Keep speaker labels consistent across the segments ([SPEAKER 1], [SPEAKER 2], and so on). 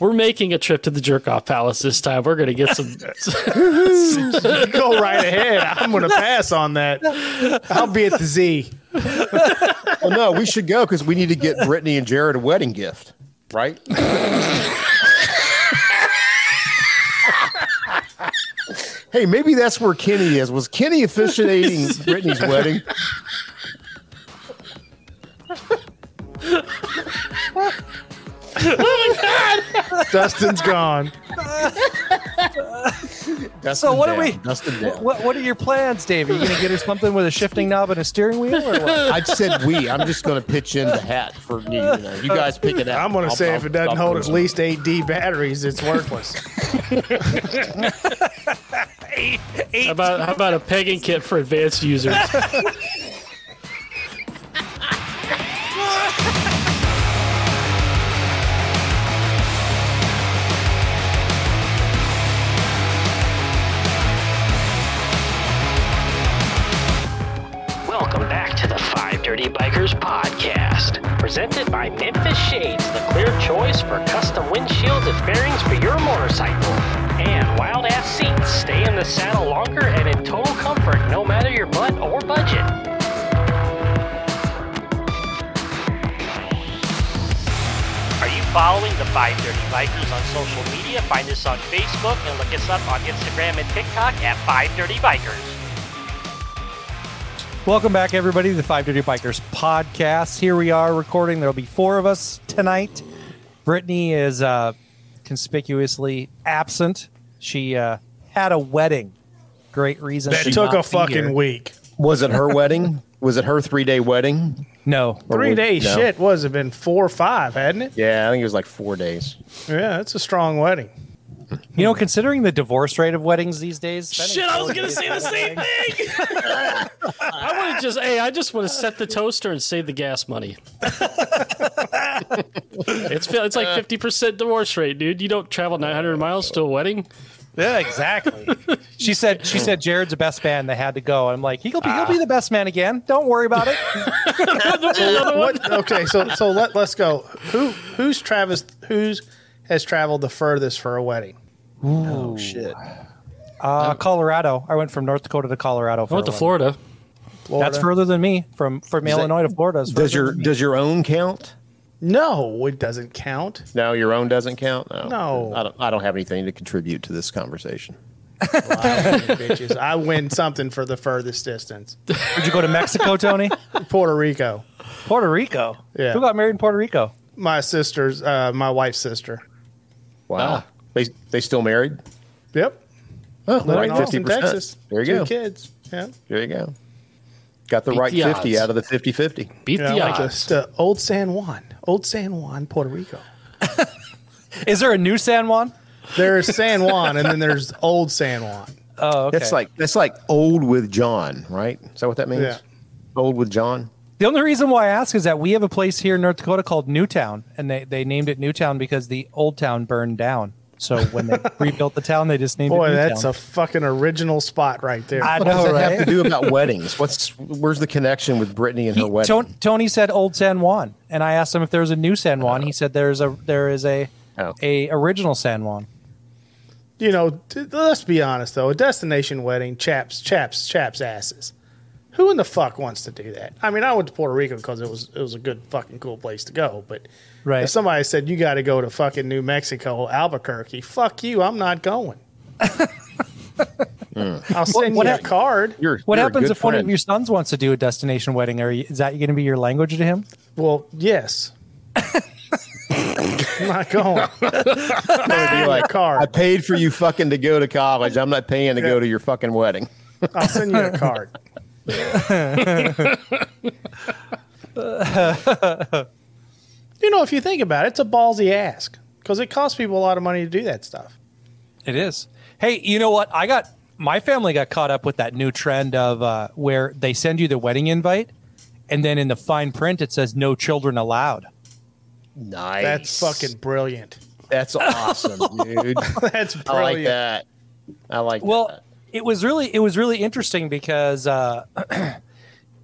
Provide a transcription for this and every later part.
[SPEAKER 1] We're making a trip to the jerk off palace this time. We're gonna get some.
[SPEAKER 2] Go right ahead. I'm going to pass on that. I'll be at the Z.
[SPEAKER 3] Well, no, we should go because we need to get Brittany and Jared a wedding gift, right? hey, maybe that's where Kenny is. Was Kenny officiating Brittany's wedding?
[SPEAKER 2] Oh Dustin's gone.
[SPEAKER 3] Dustin
[SPEAKER 4] So what are
[SPEAKER 3] down,
[SPEAKER 4] we?
[SPEAKER 3] Dustin down.
[SPEAKER 4] What What are your plans, Dave? Are you gonna get her something with a shifting knob and a steering wheel, or what?
[SPEAKER 3] I said we. I'm just going to pitch in the hat for me. You, know. you guys pick it out.
[SPEAKER 2] I'm going to
[SPEAKER 3] I'll-
[SPEAKER 2] say
[SPEAKER 3] I'll
[SPEAKER 2] if it doesn't
[SPEAKER 3] stop
[SPEAKER 2] hold
[SPEAKER 3] doing
[SPEAKER 2] at
[SPEAKER 3] it.
[SPEAKER 2] least 8D batteries, it's worthless.
[SPEAKER 1] how about how about a pegging kit for advanced users?
[SPEAKER 5] Welcome back to the Five Dirty Bikers podcast, presented by Memphis Shades, the clear choice for custom windshields and bearings for your motorcycle. And wild ass seats stay in the saddle longer and in total comfort no matter your butt or budget. Are you following the Five Dirty Bikers on social media? Find us on Facebook and look us up on Instagram and TikTok at Five Dirty Bikers.
[SPEAKER 4] Welcome back, everybody, to the Five Dirty Bikers podcast. Here we are recording. There'll be four of us tonight. Brittany is uh, conspicuously absent. She uh, had a wedding. Great reason
[SPEAKER 2] That
[SPEAKER 4] to
[SPEAKER 2] took
[SPEAKER 4] not
[SPEAKER 2] a
[SPEAKER 4] be
[SPEAKER 2] fucking
[SPEAKER 4] here.
[SPEAKER 2] week.
[SPEAKER 3] Was it her wedding? Was it her three day wedding?
[SPEAKER 4] No,
[SPEAKER 3] Or
[SPEAKER 2] Three
[SPEAKER 3] was-
[SPEAKER 2] days.
[SPEAKER 3] no.
[SPEAKER 2] Shit, was it been four or five, hadn't it?
[SPEAKER 3] Yeah, I think it was like four days.
[SPEAKER 2] Yeah, it's a strong wedding.
[SPEAKER 4] you know, considering the divorce rate of weddings these days, spending
[SPEAKER 1] Shit, I was
[SPEAKER 4] four
[SPEAKER 1] gonna
[SPEAKER 4] days
[SPEAKER 1] say
[SPEAKER 4] on
[SPEAKER 1] the
[SPEAKER 4] a
[SPEAKER 1] same
[SPEAKER 4] wedding-
[SPEAKER 1] thing. I want to just hey, I just want to set the toaster and save the gas money. it's fi- it's like fifty percent divorce rate, dude. You don't travel nine hundred miles to a wedding.
[SPEAKER 4] Yeah, exactly. she said. She said Jared's the best man. They had to go. I'm like, he'll be he'll
[SPEAKER 1] Ah.
[SPEAKER 4] be the best man again. Don't worry about it.
[SPEAKER 2] What? Okay, so so let let's go. Who who's Travis? Who's has traveled the furthest for a wedding?
[SPEAKER 3] Shit.
[SPEAKER 4] Uh, Colorado. I went from North Dakota to Colorado.
[SPEAKER 1] I
[SPEAKER 4] For
[SPEAKER 1] went to
[SPEAKER 4] a wedding.
[SPEAKER 1] Florida.
[SPEAKER 2] Florida?
[SPEAKER 4] That's further than me from from
[SPEAKER 3] that-
[SPEAKER 4] Illinois to Florida. is
[SPEAKER 3] Does
[SPEAKER 4] further
[SPEAKER 3] your
[SPEAKER 4] than me.
[SPEAKER 3] does your own count?
[SPEAKER 2] no, it doesn't count.
[SPEAKER 3] No, your own doesn't count. No,
[SPEAKER 2] No.
[SPEAKER 3] I don't. I don't have anything to contribute to this conversation.
[SPEAKER 2] bitches. I win something for the furthest distance.
[SPEAKER 4] Did you go to Mexico, Tony?
[SPEAKER 2] Puerto Rico.
[SPEAKER 4] Puerto Rico.
[SPEAKER 2] Yeah.
[SPEAKER 4] Who got married in Puerto Rico?
[SPEAKER 2] My sister's, uh, my wife's sister.
[SPEAKER 3] Wow,
[SPEAKER 1] Ah.
[SPEAKER 3] they they still married?
[SPEAKER 2] Yep.
[SPEAKER 3] Oh,
[SPEAKER 2] Living
[SPEAKER 3] right,
[SPEAKER 2] in Austin,
[SPEAKER 3] fifty
[SPEAKER 2] Texas.
[SPEAKER 3] percent. There you
[SPEAKER 2] Two
[SPEAKER 3] go.
[SPEAKER 2] kids. Yeah.
[SPEAKER 3] There you go. Got the right
[SPEAKER 1] the
[SPEAKER 3] fifty
[SPEAKER 1] odds.
[SPEAKER 3] out of the 50-50.
[SPEAKER 1] Beat
[SPEAKER 2] Yeah,
[SPEAKER 1] the
[SPEAKER 2] like
[SPEAKER 1] odds.
[SPEAKER 2] the, the old San Juan, old San Juan, Puerto Rico.
[SPEAKER 4] Is there a new San Juan?
[SPEAKER 2] There's San Juan, and then there's old San Juan.
[SPEAKER 4] Oh, okay.
[SPEAKER 3] That's like that's like old with John, right? Is that what that means?
[SPEAKER 2] Yeah.
[SPEAKER 3] Old with John.
[SPEAKER 4] the only reason why I ask is that we have a place here in North Dakota called Newtown, and they they named it Newtown because the old town burned down. So when they rebuilt the town, they just named it
[SPEAKER 2] Boy,
[SPEAKER 4] Newtown.
[SPEAKER 2] that's a fucking original spot right there.
[SPEAKER 4] I
[SPEAKER 3] What does
[SPEAKER 4] know,
[SPEAKER 3] that have to
[SPEAKER 4] right?
[SPEAKER 3] do about weddings? What's where's the connection with Brittany and her
[SPEAKER 4] He-
[SPEAKER 3] wedding?
[SPEAKER 4] Ton- Tony said old San Juan, and I asked him if there was a new San Juan. He said there's a there is a
[SPEAKER 3] Oh.
[SPEAKER 4] a original San Juan.
[SPEAKER 2] you know, t- let's be honest though, a destination wedding, chaps, chaps, chaps, asses. Who in the fuck wants to do that? I mean, I went to Puerto Rico because it was it was a good fucking cool place to go. But
[SPEAKER 4] Right.
[SPEAKER 2] if somebody said you got to go to fucking New Mexico, Albuquerque, fuck you, I'm not going. I'll send
[SPEAKER 4] what
[SPEAKER 2] you a
[SPEAKER 4] hap-
[SPEAKER 2] card.
[SPEAKER 3] You're-
[SPEAKER 4] What
[SPEAKER 3] you're a
[SPEAKER 4] happens
[SPEAKER 3] good
[SPEAKER 4] if one of
[SPEAKER 3] friend.
[SPEAKER 4] your sons wants to do a destination wedding? Are you, is that going to be your language to him?
[SPEAKER 2] Well, yes. I'm not going.
[SPEAKER 3] It'd be like,
[SPEAKER 2] card.
[SPEAKER 3] I paid for you fucking to go to college. I'm not paying to go to your fucking wedding.
[SPEAKER 2] I'll send you a card. you know, if you think about it, it's a ballsy ask because it costs people a lot of money to do that stuff.
[SPEAKER 4] It is. Hey, you know what? I got my family got caught up with that new trend of uh, where they send you the wedding invite, and then in the fine print it says no children allowed.
[SPEAKER 3] Nice.
[SPEAKER 2] That's fucking brilliant.
[SPEAKER 3] That's awesome, dude.
[SPEAKER 2] That's brilliant.
[SPEAKER 3] I like that. I like
[SPEAKER 4] Well,
[SPEAKER 3] that.
[SPEAKER 4] it was really it was really interesting because uh,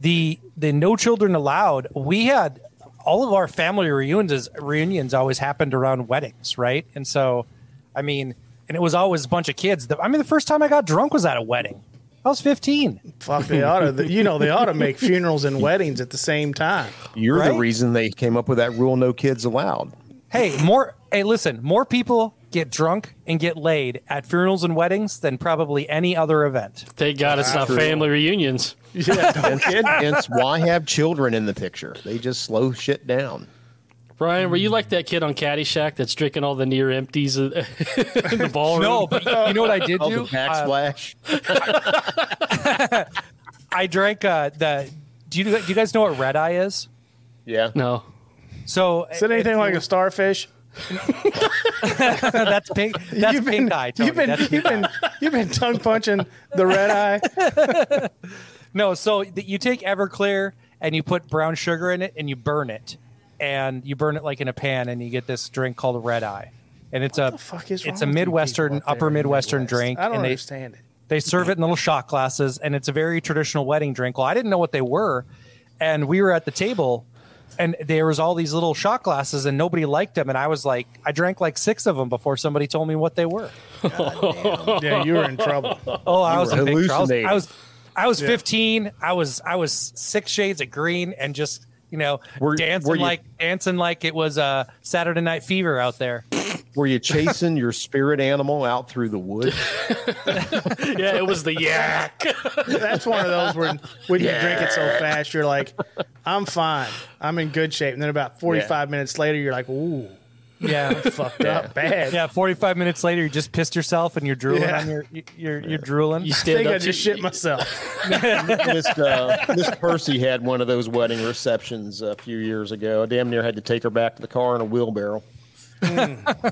[SPEAKER 4] the the no children allowed. We had all of our family reunions reunions always happened around weddings, right? And so, I mean, and it was always a bunch of kids. The- I mean, the first time I got drunk was at a wedding. I was 15.
[SPEAKER 2] Fuck, they ought to. You know, they ought to make funerals and weddings at the same time.
[SPEAKER 3] You're the
[SPEAKER 4] Right?
[SPEAKER 3] reason they came up with that rule: no kids allowed.
[SPEAKER 4] Hey, more. Hey, listen, more people get drunk and get laid at funerals and weddings than probably any other event.
[SPEAKER 1] Thank God it's not
[SPEAKER 3] True.
[SPEAKER 1] family reunions.
[SPEAKER 2] Yeah, no kidding.
[SPEAKER 3] Hence, why have children in the picture? They just slow shit down.
[SPEAKER 1] Brian, were you like that kid on Caddyshack that's drinking all the near empties in the ballroom?
[SPEAKER 4] No, but you know what I did
[SPEAKER 3] Oh, the
[SPEAKER 4] do? Uh,
[SPEAKER 3] backsplash.
[SPEAKER 4] I drank uh, the. Do you do you guys know what red eye is?
[SPEAKER 3] yeah.
[SPEAKER 1] no.
[SPEAKER 4] So
[SPEAKER 2] Is it anything like a starfish?
[SPEAKER 4] that's pink? That's
[SPEAKER 2] You've been-
[SPEAKER 4] pink eye. Tony.
[SPEAKER 2] You've been,
[SPEAKER 4] That's
[SPEAKER 2] you've
[SPEAKER 4] pink eye.
[SPEAKER 2] been, you've been tongue punching the red eye.
[SPEAKER 4] No, so th- you take Everclear and you put brown sugar in it and you burn it, and you burn it like in a pan, and you get this drink called Red Eye, and it's a
[SPEAKER 2] The fuck is
[SPEAKER 4] it's a
[SPEAKER 2] wrong with you
[SPEAKER 4] midwestern,
[SPEAKER 2] people out there
[SPEAKER 4] upper
[SPEAKER 2] in the
[SPEAKER 4] midwestern
[SPEAKER 2] Midwest?
[SPEAKER 4] drink,
[SPEAKER 2] I don't
[SPEAKER 4] and they
[SPEAKER 2] understand it.
[SPEAKER 4] they serve it in little shot glasses, and it's a very traditional wedding drink. Well, I didn't know what they were, and we were at the table, and there was all these little shot glasses, and nobody liked them, and I was like, I drank like six of them before somebody told me what they were.
[SPEAKER 2] Yeah, you were in trouble.
[SPEAKER 4] Oh, I was
[SPEAKER 3] were
[SPEAKER 4] in big trouble.
[SPEAKER 3] hallucinating.
[SPEAKER 4] I was, I was 15. I was, I was six shades of green and just, you know,
[SPEAKER 3] Were-
[SPEAKER 4] dancing
[SPEAKER 3] were you-
[SPEAKER 4] like dancing like it was a uh, Saturday Night Fever out there.
[SPEAKER 3] Were you chasing your spirit animal out through the woods?
[SPEAKER 1] Yeah, it was the yak.
[SPEAKER 2] That's one of those where when you drink it so fast, you're like, I'm fine. I'm in good shape. And then about 45 minutes later, you're like, ooh,
[SPEAKER 4] Yeah,
[SPEAKER 2] fucked up bad.
[SPEAKER 4] yeah. 45 minutes later, you just pissed yourself and you're drooling
[SPEAKER 2] Yeah.
[SPEAKER 4] on your, you're, you're drooling.
[SPEAKER 1] You
[SPEAKER 2] I
[SPEAKER 1] stand
[SPEAKER 2] think I
[SPEAKER 1] up. to-
[SPEAKER 2] just shit myself.
[SPEAKER 3] Miss, uh, Miss Percy had one of those wedding receptions a few years ago. I damn near had to take her back to the car in a wheelbarrow.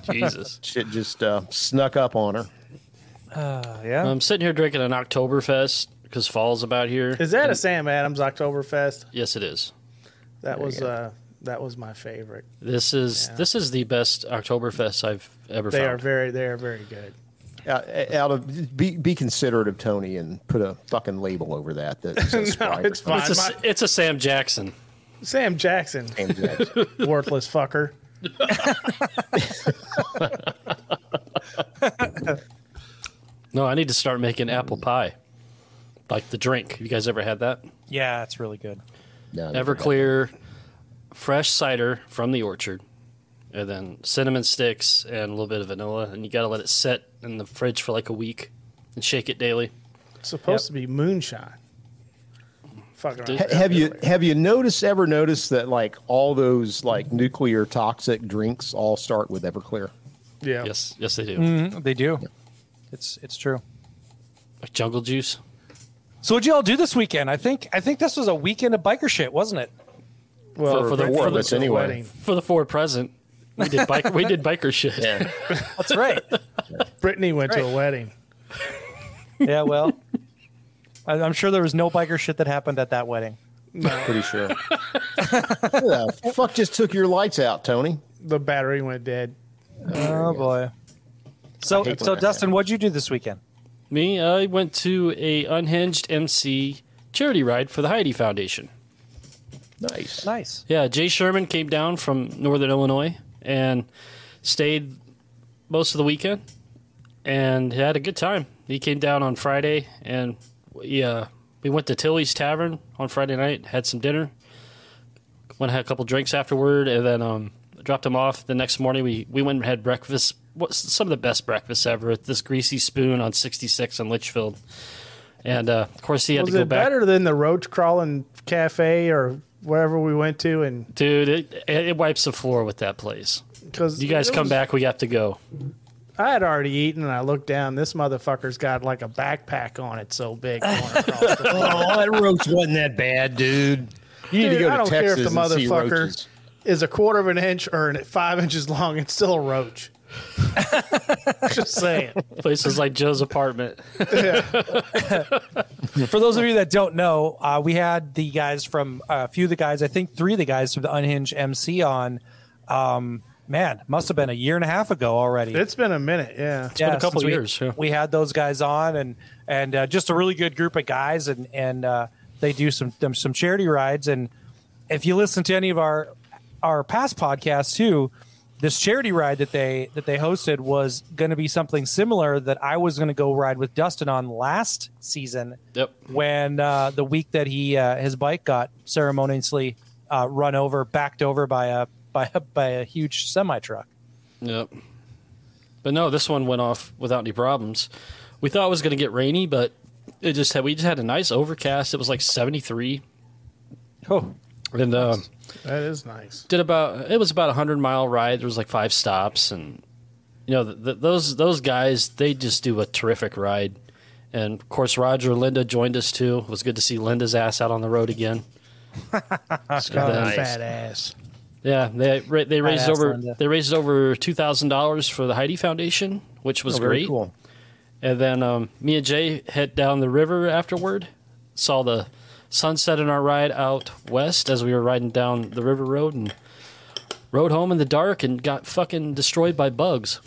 [SPEAKER 1] Jesus.
[SPEAKER 3] Shit just uh, snuck up on her.
[SPEAKER 4] Uh, yeah.
[SPEAKER 1] I'm sitting here drinking an Oktoberfest because fall's about here.
[SPEAKER 2] Is
[SPEAKER 4] Mm.
[SPEAKER 2] that a Sam Adams Oktoberfest?
[SPEAKER 1] Yes, it is.
[SPEAKER 2] That was uh, that was my favorite.
[SPEAKER 1] This is this is the best Oktoberfest I've ever
[SPEAKER 2] They are
[SPEAKER 1] found.
[SPEAKER 2] very they are very good.
[SPEAKER 3] Uh, out of be, be considerate of Tony and put a fucking label over that. that says
[SPEAKER 2] No,
[SPEAKER 3] Sprite or
[SPEAKER 2] it's
[SPEAKER 3] something.
[SPEAKER 2] fine.
[SPEAKER 1] it's, a,
[SPEAKER 2] My-
[SPEAKER 1] it's a Sam Jackson.
[SPEAKER 2] Sam Jackson, worthless fucker.
[SPEAKER 1] No, I need to start making apple
[SPEAKER 2] Mm.
[SPEAKER 1] pie, like the drink. You guys ever had that?
[SPEAKER 4] Yeah, it's really good.
[SPEAKER 3] No, never mind.
[SPEAKER 1] Everclear, fresh cider from the orchard, and then cinnamon sticks and a little bit of vanilla, and you got to let it set in the fridge for like a week and shake it daily.
[SPEAKER 2] It's supposed to be moonshine. Fuck around.
[SPEAKER 1] Dude.
[SPEAKER 3] Ha- Have you have you noticed ever noticed that like all those like nuclear toxic drinks all start with Everclear?
[SPEAKER 2] Yeah.
[SPEAKER 1] Yes, yes they do.
[SPEAKER 2] Mm.
[SPEAKER 4] They do. It's, it's true.
[SPEAKER 1] Like jungle juice.
[SPEAKER 4] So what'd you all do this weekend? I think, I think this was a weekend of biker shit, wasn't it?
[SPEAKER 2] Well,
[SPEAKER 1] For- for the-
[SPEAKER 2] for
[SPEAKER 1] for
[SPEAKER 2] the
[SPEAKER 1] the-
[SPEAKER 2] wedding.
[SPEAKER 3] anyway.
[SPEAKER 1] for the Ford present. We did biker, we did biker shit.
[SPEAKER 4] That's right.
[SPEAKER 2] Brittany went to a
[SPEAKER 4] Right.
[SPEAKER 2] wedding.
[SPEAKER 4] yeah. Well, I, I'm sure there was no biker shit that happened at that wedding.
[SPEAKER 3] Pretty sure. Who the fuck just took your lights out, Tony?
[SPEAKER 2] The battery went dead.
[SPEAKER 4] Oh boy. So
[SPEAKER 3] I hate
[SPEAKER 4] so
[SPEAKER 3] when that
[SPEAKER 4] Dustin, what'd you do this weekend?
[SPEAKER 1] Me, I went to a unhinged MC charity ride for the Heidi Foundation.
[SPEAKER 3] Nice.
[SPEAKER 4] Nice.
[SPEAKER 1] Yeah, Jay Sherman came down from Northern Illinois and stayed most of the weekend and had a good time. He came down on Friday and we, uh, we went to Tilly's Tavern on Friday night, had some dinner, went and had a couple drinks afterward, and then um, dropped him off. The next morning, we, we went and had breakfast. What's some of the best breakfasts ever at this Greasy Spoon on 66 in Litchfield. And uh, of course, he had
[SPEAKER 2] Was
[SPEAKER 1] to go
[SPEAKER 2] it
[SPEAKER 1] back.
[SPEAKER 2] better than the roach crawling cafe or wherever we went to? And
[SPEAKER 1] Dude, it, it wipes the floor with that place.
[SPEAKER 2] because
[SPEAKER 1] You guys come back. We have to go.
[SPEAKER 2] I had already eaten, and I looked down. This motherfucker's got like a backpack on it so big. going across the-
[SPEAKER 3] Oh, that roach wasn't that bad, dude. You need
[SPEAKER 2] Dude,
[SPEAKER 3] to go to
[SPEAKER 2] I don't care
[SPEAKER 3] Texas
[SPEAKER 2] if the
[SPEAKER 3] and see
[SPEAKER 2] motherfucker
[SPEAKER 3] roaches.
[SPEAKER 2] is a quarter of an inch or an, five inches long. It's still a roach. Just saying.
[SPEAKER 1] Places like Joe's apartment.
[SPEAKER 4] For those of you that don't know, uh, we had the guys from uh, a few of the guys, I think three of the guys from the Unhinged MC on. Um, man, must have been a year and a half ago already.
[SPEAKER 2] It's been a minute. Yeah.
[SPEAKER 4] yeah,
[SPEAKER 1] been a couple
[SPEAKER 4] since we-
[SPEAKER 1] years,
[SPEAKER 4] We,
[SPEAKER 1] yeah.
[SPEAKER 4] had those guys on, and and uh, just a really good group of guys, and and uh, they do some them, some charity rides, and if you listen to any of our our past podcast too, this charity ride that they that they hosted was going to be something similar that I was going to go ride with Dustin on last season
[SPEAKER 1] Yep.
[SPEAKER 4] when uh, the week that he uh, his bike got ceremoniously uh, run over, backed over by a by a, by a huge semi truck.
[SPEAKER 1] Yep. But no, this one went off without any problems. We thought it was going to get rainy, but it just had we just had a nice overcast. It was like 73
[SPEAKER 4] Oh,
[SPEAKER 1] and uh,
[SPEAKER 2] That is nice.
[SPEAKER 1] did about it was about a 100 mile ride. There was like five stops and you know, th- th- those those guys, they just do a terrific ride. And of course, Roger and Linda joined us too. It was good to see Linda's ass out on the road again.
[SPEAKER 2] Got
[SPEAKER 1] Nice.
[SPEAKER 2] a fat ass.
[SPEAKER 1] Yeah, they ra- they raised
[SPEAKER 4] asked
[SPEAKER 1] over
[SPEAKER 4] Linda.
[SPEAKER 1] they raised over two thousand dollars for the Heidi Foundation, which was
[SPEAKER 3] Very
[SPEAKER 1] great.
[SPEAKER 3] cool.
[SPEAKER 1] And then um, me and Jay head down the river afterward. Saw the sunset in our ride out west as we were riding down the river road and rode home in the dark and got fucking destroyed by bugs.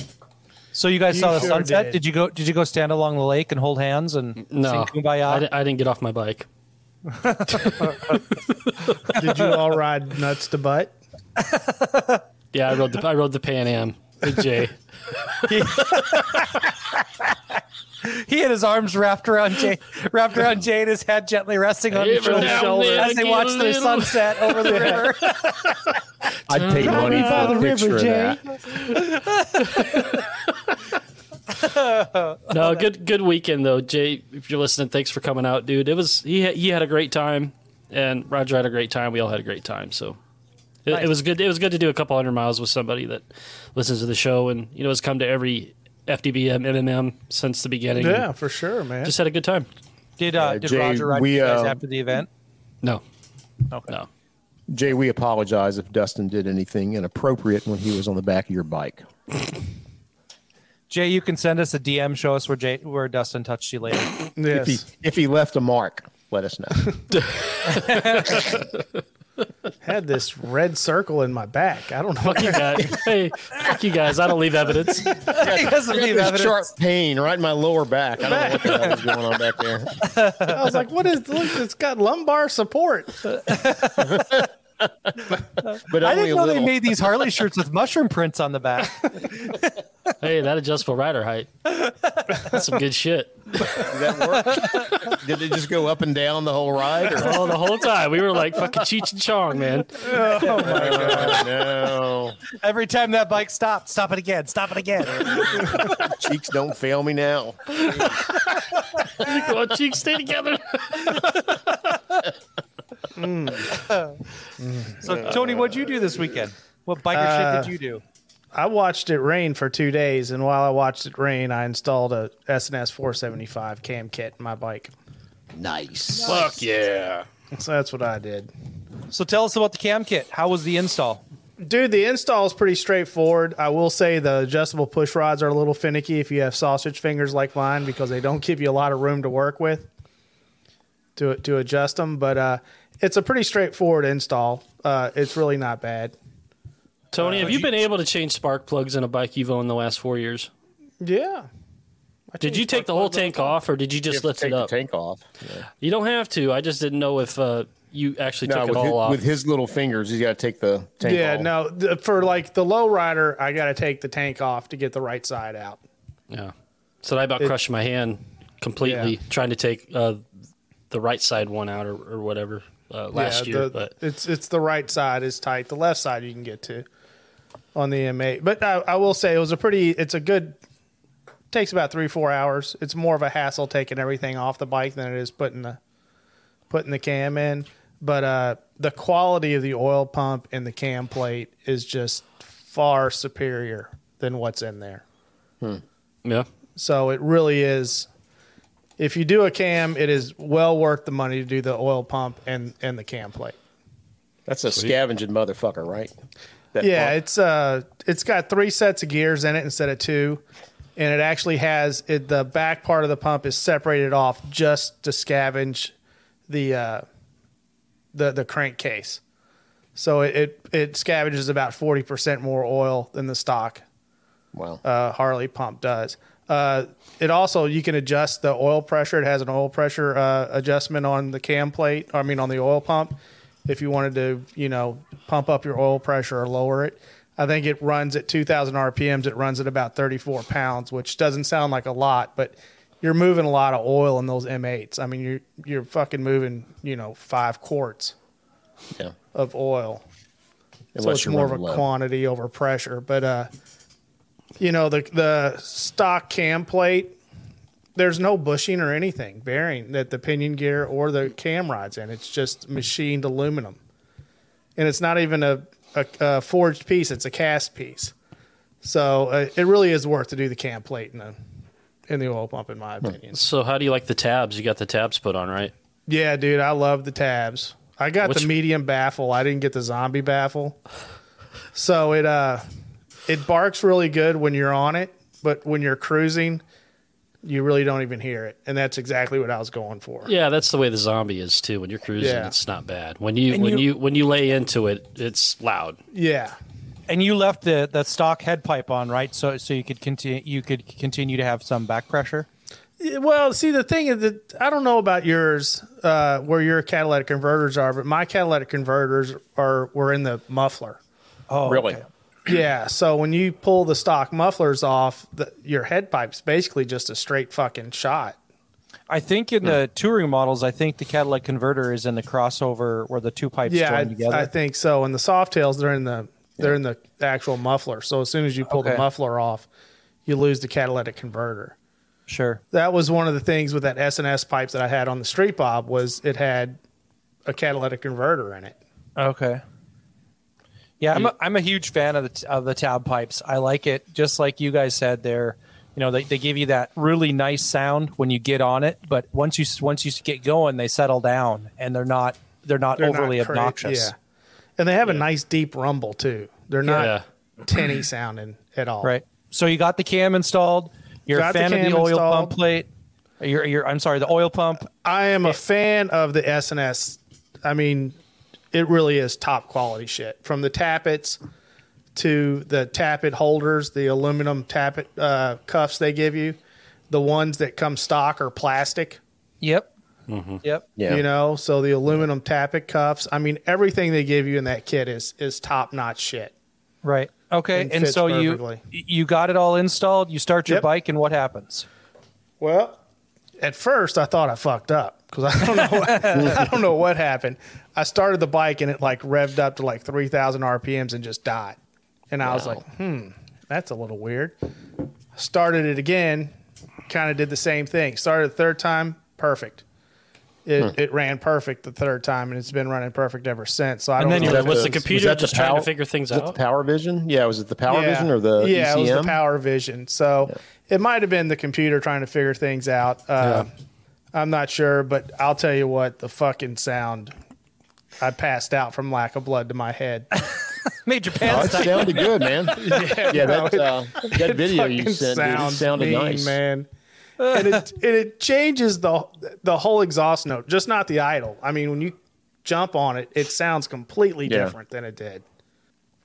[SPEAKER 4] so you guys
[SPEAKER 2] You
[SPEAKER 4] saw the
[SPEAKER 2] sure
[SPEAKER 4] sunset?
[SPEAKER 2] did.
[SPEAKER 4] Did. you go? Did you go stand along the lake and hold hands and
[SPEAKER 1] No,
[SPEAKER 4] sing
[SPEAKER 1] I,
[SPEAKER 4] kumbaya?
[SPEAKER 1] di- I didn't get off my bike.
[SPEAKER 2] Did you all ride nuts to butt?
[SPEAKER 1] Yeah, I rode the I rode the Pan Am with Jay.
[SPEAKER 4] He had his arms wrapped around Jay, wrapped around Jay, and his head gently resting on
[SPEAKER 1] Every
[SPEAKER 4] his shoulder
[SPEAKER 1] now and then I
[SPEAKER 4] as they
[SPEAKER 1] get a
[SPEAKER 4] watched the
[SPEAKER 1] little-
[SPEAKER 4] sunset over the river.
[SPEAKER 3] I'd pay money for a picture of that.
[SPEAKER 1] No, good good weekend though, Jay. If you're listening, thanks for coming out, dude. It was he ha- he had a great time, and Roger had a great time. We all had a great time, so it, it
[SPEAKER 4] Nice.
[SPEAKER 1] was good. It was good to do a couple hundred miles with somebody that listens to the show and you know has come to every FDBM MMM since the beginning.
[SPEAKER 2] Yeah, for sure, man.
[SPEAKER 1] just had a good time.
[SPEAKER 4] Did uh,
[SPEAKER 3] Yeah,
[SPEAKER 4] did
[SPEAKER 3] Jay,
[SPEAKER 4] Roger ride with
[SPEAKER 3] we,
[SPEAKER 4] you guys
[SPEAKER 3] um,
[SPEAKER 4] after the event?
[SPEAKER 1] No,
[SPEAKER 4] Okay.
[SPEAKER 1] no,
[SPEAKER 3] Jay, we apologize if Dustin did anything inappropriate when he was on the back of your bike.
[SPEAKER 4] Jay, you can send us a DM. Show us where Jay, where Dustin touched you later.
[SPEAKER 2] yes.
[SPEAKER 3] If he, if he left a mark, let us know.
[SPEAKER 2] had this red circle in my back. I don't know.
[SPEAKER 1] fuck you guys. hey, fuck you guys. I don't leave evidence.
[SPEAKER 4] he doesn't leave
[SPEAKER 3] There's
[SPEAKER 4] evidence.
[SPEAKER 3] sharp pain right in my lower back. I don't know what the hell was going on back there.
[SPEAKER 2] I was like, what is look, it's got lumbar support.
[SPEAKER 3] But
[SPEAKER 4] I
[SPEAKER 3] only a
[SPEAKER 4] didn't know they
[SPEAKER 3] little.
[SPEAKER 4] made these Harley shirts with mushroom prints on the back.
[SPEAKER 1] hey, that adjustable rider height. That's some good shit.
[SPEAKER 3] Did that work? Did it just go up and down the whole ride? Or?
[SPEAKER 1] Oh, the whole time we were like fucking Cheech and Chong, man.
[SPEAKER 3] Oh, no.
[SPEAKER 4] Every time that bike stopped, stop it again, stop it again.
[SPEAKER 3] Cheeks don't fail me now.
[SPEAKER 1] Come on, cheeks, stay together.
[SPEAKER 4] so, Tony, what'd you do this weekend? What biker shit
[SPEAKER 1] Uh,
[SPEAKER 4] did you do?
[SPEAKER 2] I watched it rain for two days, and while I watched it rain, I installed a SNS 475 cam kit in my bike.
[SPEAKER 3] Nice.
[SPEAKER 1] Fuck yeah.
[SPEAKER 2] So that's what I did.
[SPEAKER 4] So, tell us about the cam kit. How was the install?
[SPEAKER 2] Dude, the install is pretty straightforward. I will say the adjustable push rods are a little finicky if you have sausage fingers like mine because they don't give you a lot of room to work with to to adjust them. But uh, it's a pretty straightforward install. Uh, it's really not bad. Uh,
[SPEAKER 1] Tony, have you been able to change spark plugs in a bike you've owned the last four years?
[SPEAKER 2] Yeah. I
[SPEAKER 1] Did
[SPEAKER 2] changed
[SPEAKER 1] you take
[SPEAKER 2] spark
[SPEAKER 1] the whole
[SPEAKER 2] plugs all
[SPEAKER 1] tank
[SPEAKER 2] time.
[SPEAKER 1] off, or did you
[SPEAKER 3] You have
[SPEAKER 1] just
[SPEAKER 3] to
[SPEAKER 1] lift
[SPEAKER 3] take
[SPEAKER 1] it
[SPEAKER 3] the
[SPEAKER 1] up?
[SPEAKER 3] tank off. Yeah.
[SPEAKER 1] You don't have to. I just didn't know if uh, you actually
[SPEAKER 3] No,
[SPEAKER 1] took
[SPEAKER 3] with
[SPEAKER 1] it all
[SPEAKER 3] his,
[SPEAKER 1] off.
[SPEAKER 3] with his little fingers, he's got to take the tank
[SPEAKER 2] Yeah,
[SPEAKER 3] off.
[SPEAKER 2] no. th- for like the low rider, I got to take the tank off to get the right side out.
[SPEAKER 1] yeah. So I about crushed my hand completely
[SPEAKER 2] Yeah.
[SPEAKER 1] trying to take uh, the right side one out or, or whatever uh, last
[SPEAKER 2] yeah,
[SPEAKER 1] year.
[SPEAKER 2] the-
[SPEAKER 1] but
[SPEAKER 2] it's it's the right side is tight. The left side you can get to on the M8. But I, I will say it was a pretty. It's a good. Takes about three four hours. It's more of a hassle taking everything off the bike than it is putting the putting the cam in. But uh, the quality of the oil pump and the cam plate is just far superior than what's in there.
[SPEAKER 1] yeah,
[SPEAKER 2] So it really is. If you do a cam, it is well worth the money to do the oil pump and and the cam plate.
[SPEAKER 3] That's a scavenging motherfucker, right? That
[SPEAKER 2] Yeah,
[SPEAKER 3] pump.
[SPEAKER 2] it's uh, it's got three sets of gears in it instead of two, and it actually has it. The back part of the pump is separated off just to scavenge the uh, the the crankcase. So it it, it scavenges about forty percent more oil than the stock
[SPEAKER 3] Wow.
[SPEAKER 2] uh, Harley pump does. Uh, it also you can adjust the oil pressure. It has an oil pressure uh, adjustment on the cam plate. I mean on the oil pump, if you wanted to, you know, pump up your oil pressure or lower it. I think it runs at 2,000 RPMs. It runs at about 34 pounds, which doesn't sound like a lot, but you're moving a lot of oil in those M8s. I mean, you're you're fucking moving, you know, five quarts
[SPEAKER 3] Yeah.
[SPEAKER 2] of oil so
[SPEAKER 3] Unless
[SPEAKER 2] it's
[SPEAKER 3] you're
[SPEAKER 2] more of a
[SPEAKER 3] running low.
[SPEAKER 2] quantity over pressure. But uh, you know the the stock cam plate, there's no bushing or anything bearing that the pinion gear or the cam rides in. It's just machined aluminum, and it's not even a, a, a forged piece. It's a cast piece. So uh, it really is worth to do the cam plate in the in the oil pump, in my opinion.
[SPEAKER 1] So how do you like the tabs? You got the tabs put on, right?
[SPEAKER 2] Yeah, dude, I love the tabs. I got
[SPEAKER 1] Which-
[SPEAKER 2] the medium baffle. I didn't get the zombie baffle. So it uh it barks really good when you're on it, but when you're cruising, you really don't even hear it. And that's exactly what I was going for.
[SPEAKER 1] Yeah, that's the way the zombie is too. When you're cruising,
[SPEAKER 2] Yeah.
[SPEAKER 1] it's not bad. When you
[SPEAKER 4] And
[SPEAKER 1] when
[SPEAKER 4] you-
[SPEAKER 1] you when you lay into it, it's loud.
[SPEAKER 2] Yeah.
[SPEAKER 4] And you left the, the stock head pipe on, right? So so you could continue you could continue to have some back pressure.
[SPEAKER 2] Yeah, Well, see the thing is that I don't know about yours, uh, where your catalytic converters are, but my catalytic converters are were in the muffler.
[SPEAKER 4] Oh,
[SPEAKER 3] Really?
[SPEAKER 4] okay.
[SPEAKER 2] Yeah, so when you pull the stock mufflers off, the, your head pipe's basically just a straight fucking shot.
[SPEAKER 4] I think in the touring models, I think the Cadillac converter is in the crossover where the two pipes
[SPEAKER 2] Yeah,
[SPEAKER 4] join
[SPEAKER 2] I,
[SPEAKER 4] together.
[SPEAKER 2] I think so. And the soft tails, they're in the they're in the actual muffler. So as soon as you pull
[SPEAKER 4] Okay.
[SPEAKER 2] the muffler off, you lose the catalytic converter.
[SPEAKER 4] sure.
[SPEAKER 2] That was one of the things with that S and S pipe that I had on the Street Bob was it had a catalytic converter in it.
[SPEAKER 4] Okay. Yeah, I'm a, I'm a huge fan of the t- of the tab pipes. I like it, just like you guys said there. You know, they, they give you that really nice sound when you get on it, but once you s- once you s- get going, they settle down and they're not they're not
[SPEAKER 2] They're not
[SPEAKER 4] overly
[SPEAKER 2] cra-
[SPEAKER 4] obnoxious.
[SPEAKER 2] Yeah, and they have a nice deep rumble too. They're not
[SPEAKER 1] Yeah.
[SPEAKER 2] tinny sounding at all.
[SPEAKER 4] Right. So you got the cam installed. You're
[SPEAKER 2] Got
[SPEAKER 4] a
[SPEAKER 2] the
[SPEAKER 4] fan of
[SPEAKER 2] cam
[SPEAKER 4] the oil
[SPEAKER 2] installed.
[SPEAKER 4] pump plate. You're, you're I'm sorry, the oil pump.
[SPEAKER 2] I am a fan of the S and S. I mean, it really is top quality shit. From the tappets to the tappet holders, the aluminum tappet uh, cuffs they give you, the ones that come stock are plastic.
[SPEAKER 4] Yep. Yep.
[SPEAKER 3] Yeah.
[SPEAKER 2] You know, so the aluminum tappet cuffs. I mean, everything they give you in that kit is is top notch shit.
[SPEAKER 4] Right. Okay.
[SPEAKER 2] And
[SPEAKER 4] and
[SPEAKER 2] fits
[SPEAKER 4] so you
[SPEAKER 2] perfectly.
[SPEAKER 4] you got it all installed. You start your
[SPEAKER 2] Yep.
[SPEAKER 4] bike, and what happens?
[SPEAKER 2] Well, at first I thought I fucked up because I don't know what, I don't know what happened. I started the bike and it like revved up to like three thousand RPMs and just died, and I was like, hmm, that's a little weird. Started it again, kind of did the same thing. Started the third time, perfect. It, it ran perfect the third time, and it's been running perfect ever since. So I don't.
[SPEAKER 4] then
[SPEAKER 2] know
[SPEAKER 4] you-
[SPEAKER 2] if
[SPEAKER 1] was the
[SPEAKER 2] it's-
[SPEAKER 1] computer
[SPEAKER 3] that the
[SPEAKER 1] just trying to
[SPEAKER 3] power-
[SPEAKER 1] figure things
[SPEAKER 3] was that
[SPEAKER 1] out?
[SPEAKER 3] the Power Vision? Yeah, was it the Power Vision or the E
[SPEAKER 2] yeah,
[SPEAKER 3] ECM?
[SPEAKER 2] it was the Power Vision. So it might have been the computer trying to figure things out. Uh, I'm not sure, but I'll tell you what the fucking sound. I passed out from lack of blood to my head.
[SPEAKER 4] Made your
[SPEAKER 3] Oh,
[SPEAKER 4] pants
[SPEAKER 3] it
[SPEAKER 4] tight.
[SPEAKER 3] sounded good, man. yeah, that, uh, that video you
[SPEAKER 2] Fucking
[SPEAKER 3] sent dude, it
[SPEAKER 2] sounds
[SPEAKER 3] sounded
[SPEAKER 2] mean,
[SPEAKER 3] nice.
[SPEAKER 2] man. and it and it changes the the whole exhaust note, just not the idle. I mean, when you jump on it, it sounds completely
[SPEAKER 3] Yeah.
[SPEAKER 2] different than it did.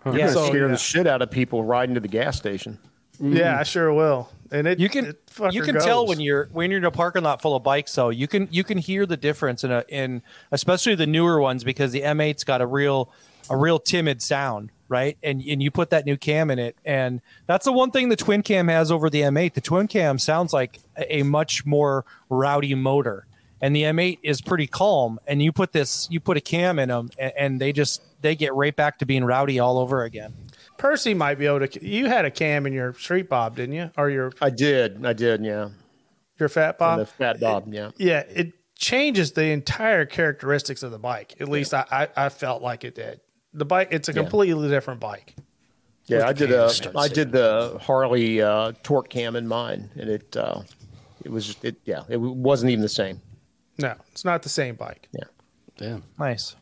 [SPEAKER 4] Yeah.
[SPEAKER 3] Gonna
[SPEAKER 2] So,
[SPEAKER 3] scare
[SPEAKER 2] yeah.
[SPEAKER 3] the shit out of people riding to the gas station.
[SPEAKER 2] Yeah, I sure will. And it
[SPEAKER 4] Mm-hmm. You can
[SPEAKER 2] it fucker
[SPEAKER 4] you can tell
[SPEAKER 2] goes.
[SPEAKER 4] when you're when you're in a parking lot full of bikes though you can you can hear the difference in a in especially the newer ones because the M8's got a real a real timid sound right and and you put that new cam in it and that's the one thing the twin cam has over the M8 the twin cam sounds like a, a much more rowdy motor and the M8 is pretty calm and you put this you put a cam in them and, and they just they get right back to being rowdy all over again
[SPEAKER 2] Percy might be able to. You had a cam in your street bob, didn't you? Or your
[SPEAKER 3] I did, I did, yeah.
[SPEAKER 2] your fat
[SPEAKER 3] On
[SPEAKER 2] bob?
[SPEAKER 3] the fat Bob, yeah.
[SPEAKER 2] yeah, it changes the entire characteristics of the bike. At least I, I, I felt like it did. The bike, it's a completely different bike.
[SPEAKER 3] Yeah, I did a,
[SPEAKER 1] start
[SPEAKER 3] I did the Harley uh, torque cam in mine, and it uh, it was it yeah, it wasn't even the same.
[SPEAKER 2] No, it's not the same bike.
[SPEAKER 3] Yeah,
[SPEAKER 1] Damn,
[SPEAKER 4] nice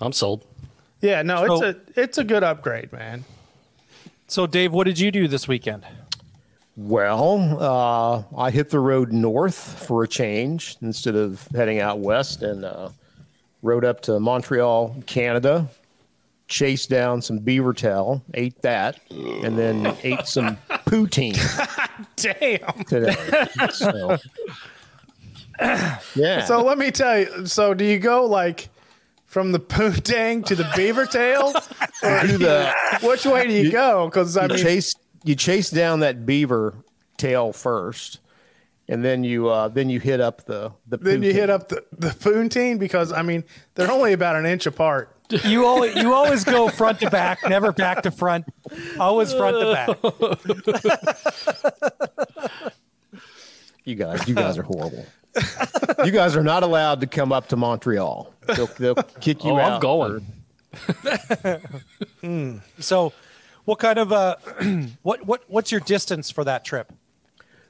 [SPEAKER 1] I'm sold.
[SPEAKER 2] Yeah, no, it's
[SPEAKER 4] So-
[SPEAKER 2] a it's a good upgrade, man.
[SPEAKER 4] so Dave what did you do this weekend
[SPEAKER 3] Well, uh, I hit the road north for a change instead of heading out west and uh, rode up to Montreal, Canada, chased down some beaver tail, ate that, and then ate some poutine
[SPEAKER 2] Damn.
[SPEAKER 3] today. So, yeah.
[SPEAKER 2] So let me tell you. So do you go like From the Poontang to the Beaver Tail?
[SPEAKER 3] Do the-
[SPEAKER 2] Which way do you, go? 'Cause go? Because I
[SPEAKER 3] you
[SPEAKER 2] mean,
[SPEAKER 3] chase you chase down that beaver tail first, and then you uh, then you hit up the the
[SPEAKER 2] then you
[SPEAKER 3] poo
[SPEAKER 2] hit
[SPEAKER 3] can.
[SPEAKER 2] up the the Poontang because I mean they're only about an inch apart.
[SPEAKER 4] You always you always go front to back, never back to front. Always front to back.
[SPEAKER 3] you guys. You guys are horrible. you guys are not allowed to come up to Montreal. They'll, they'll kick you
[SPEAKER 1] oh,
[SPEAKER 3] out.
[SPEAKER 1] I'm going.
[SPEAKER 4] So, what kind of uh, what what what's your distance for that trip?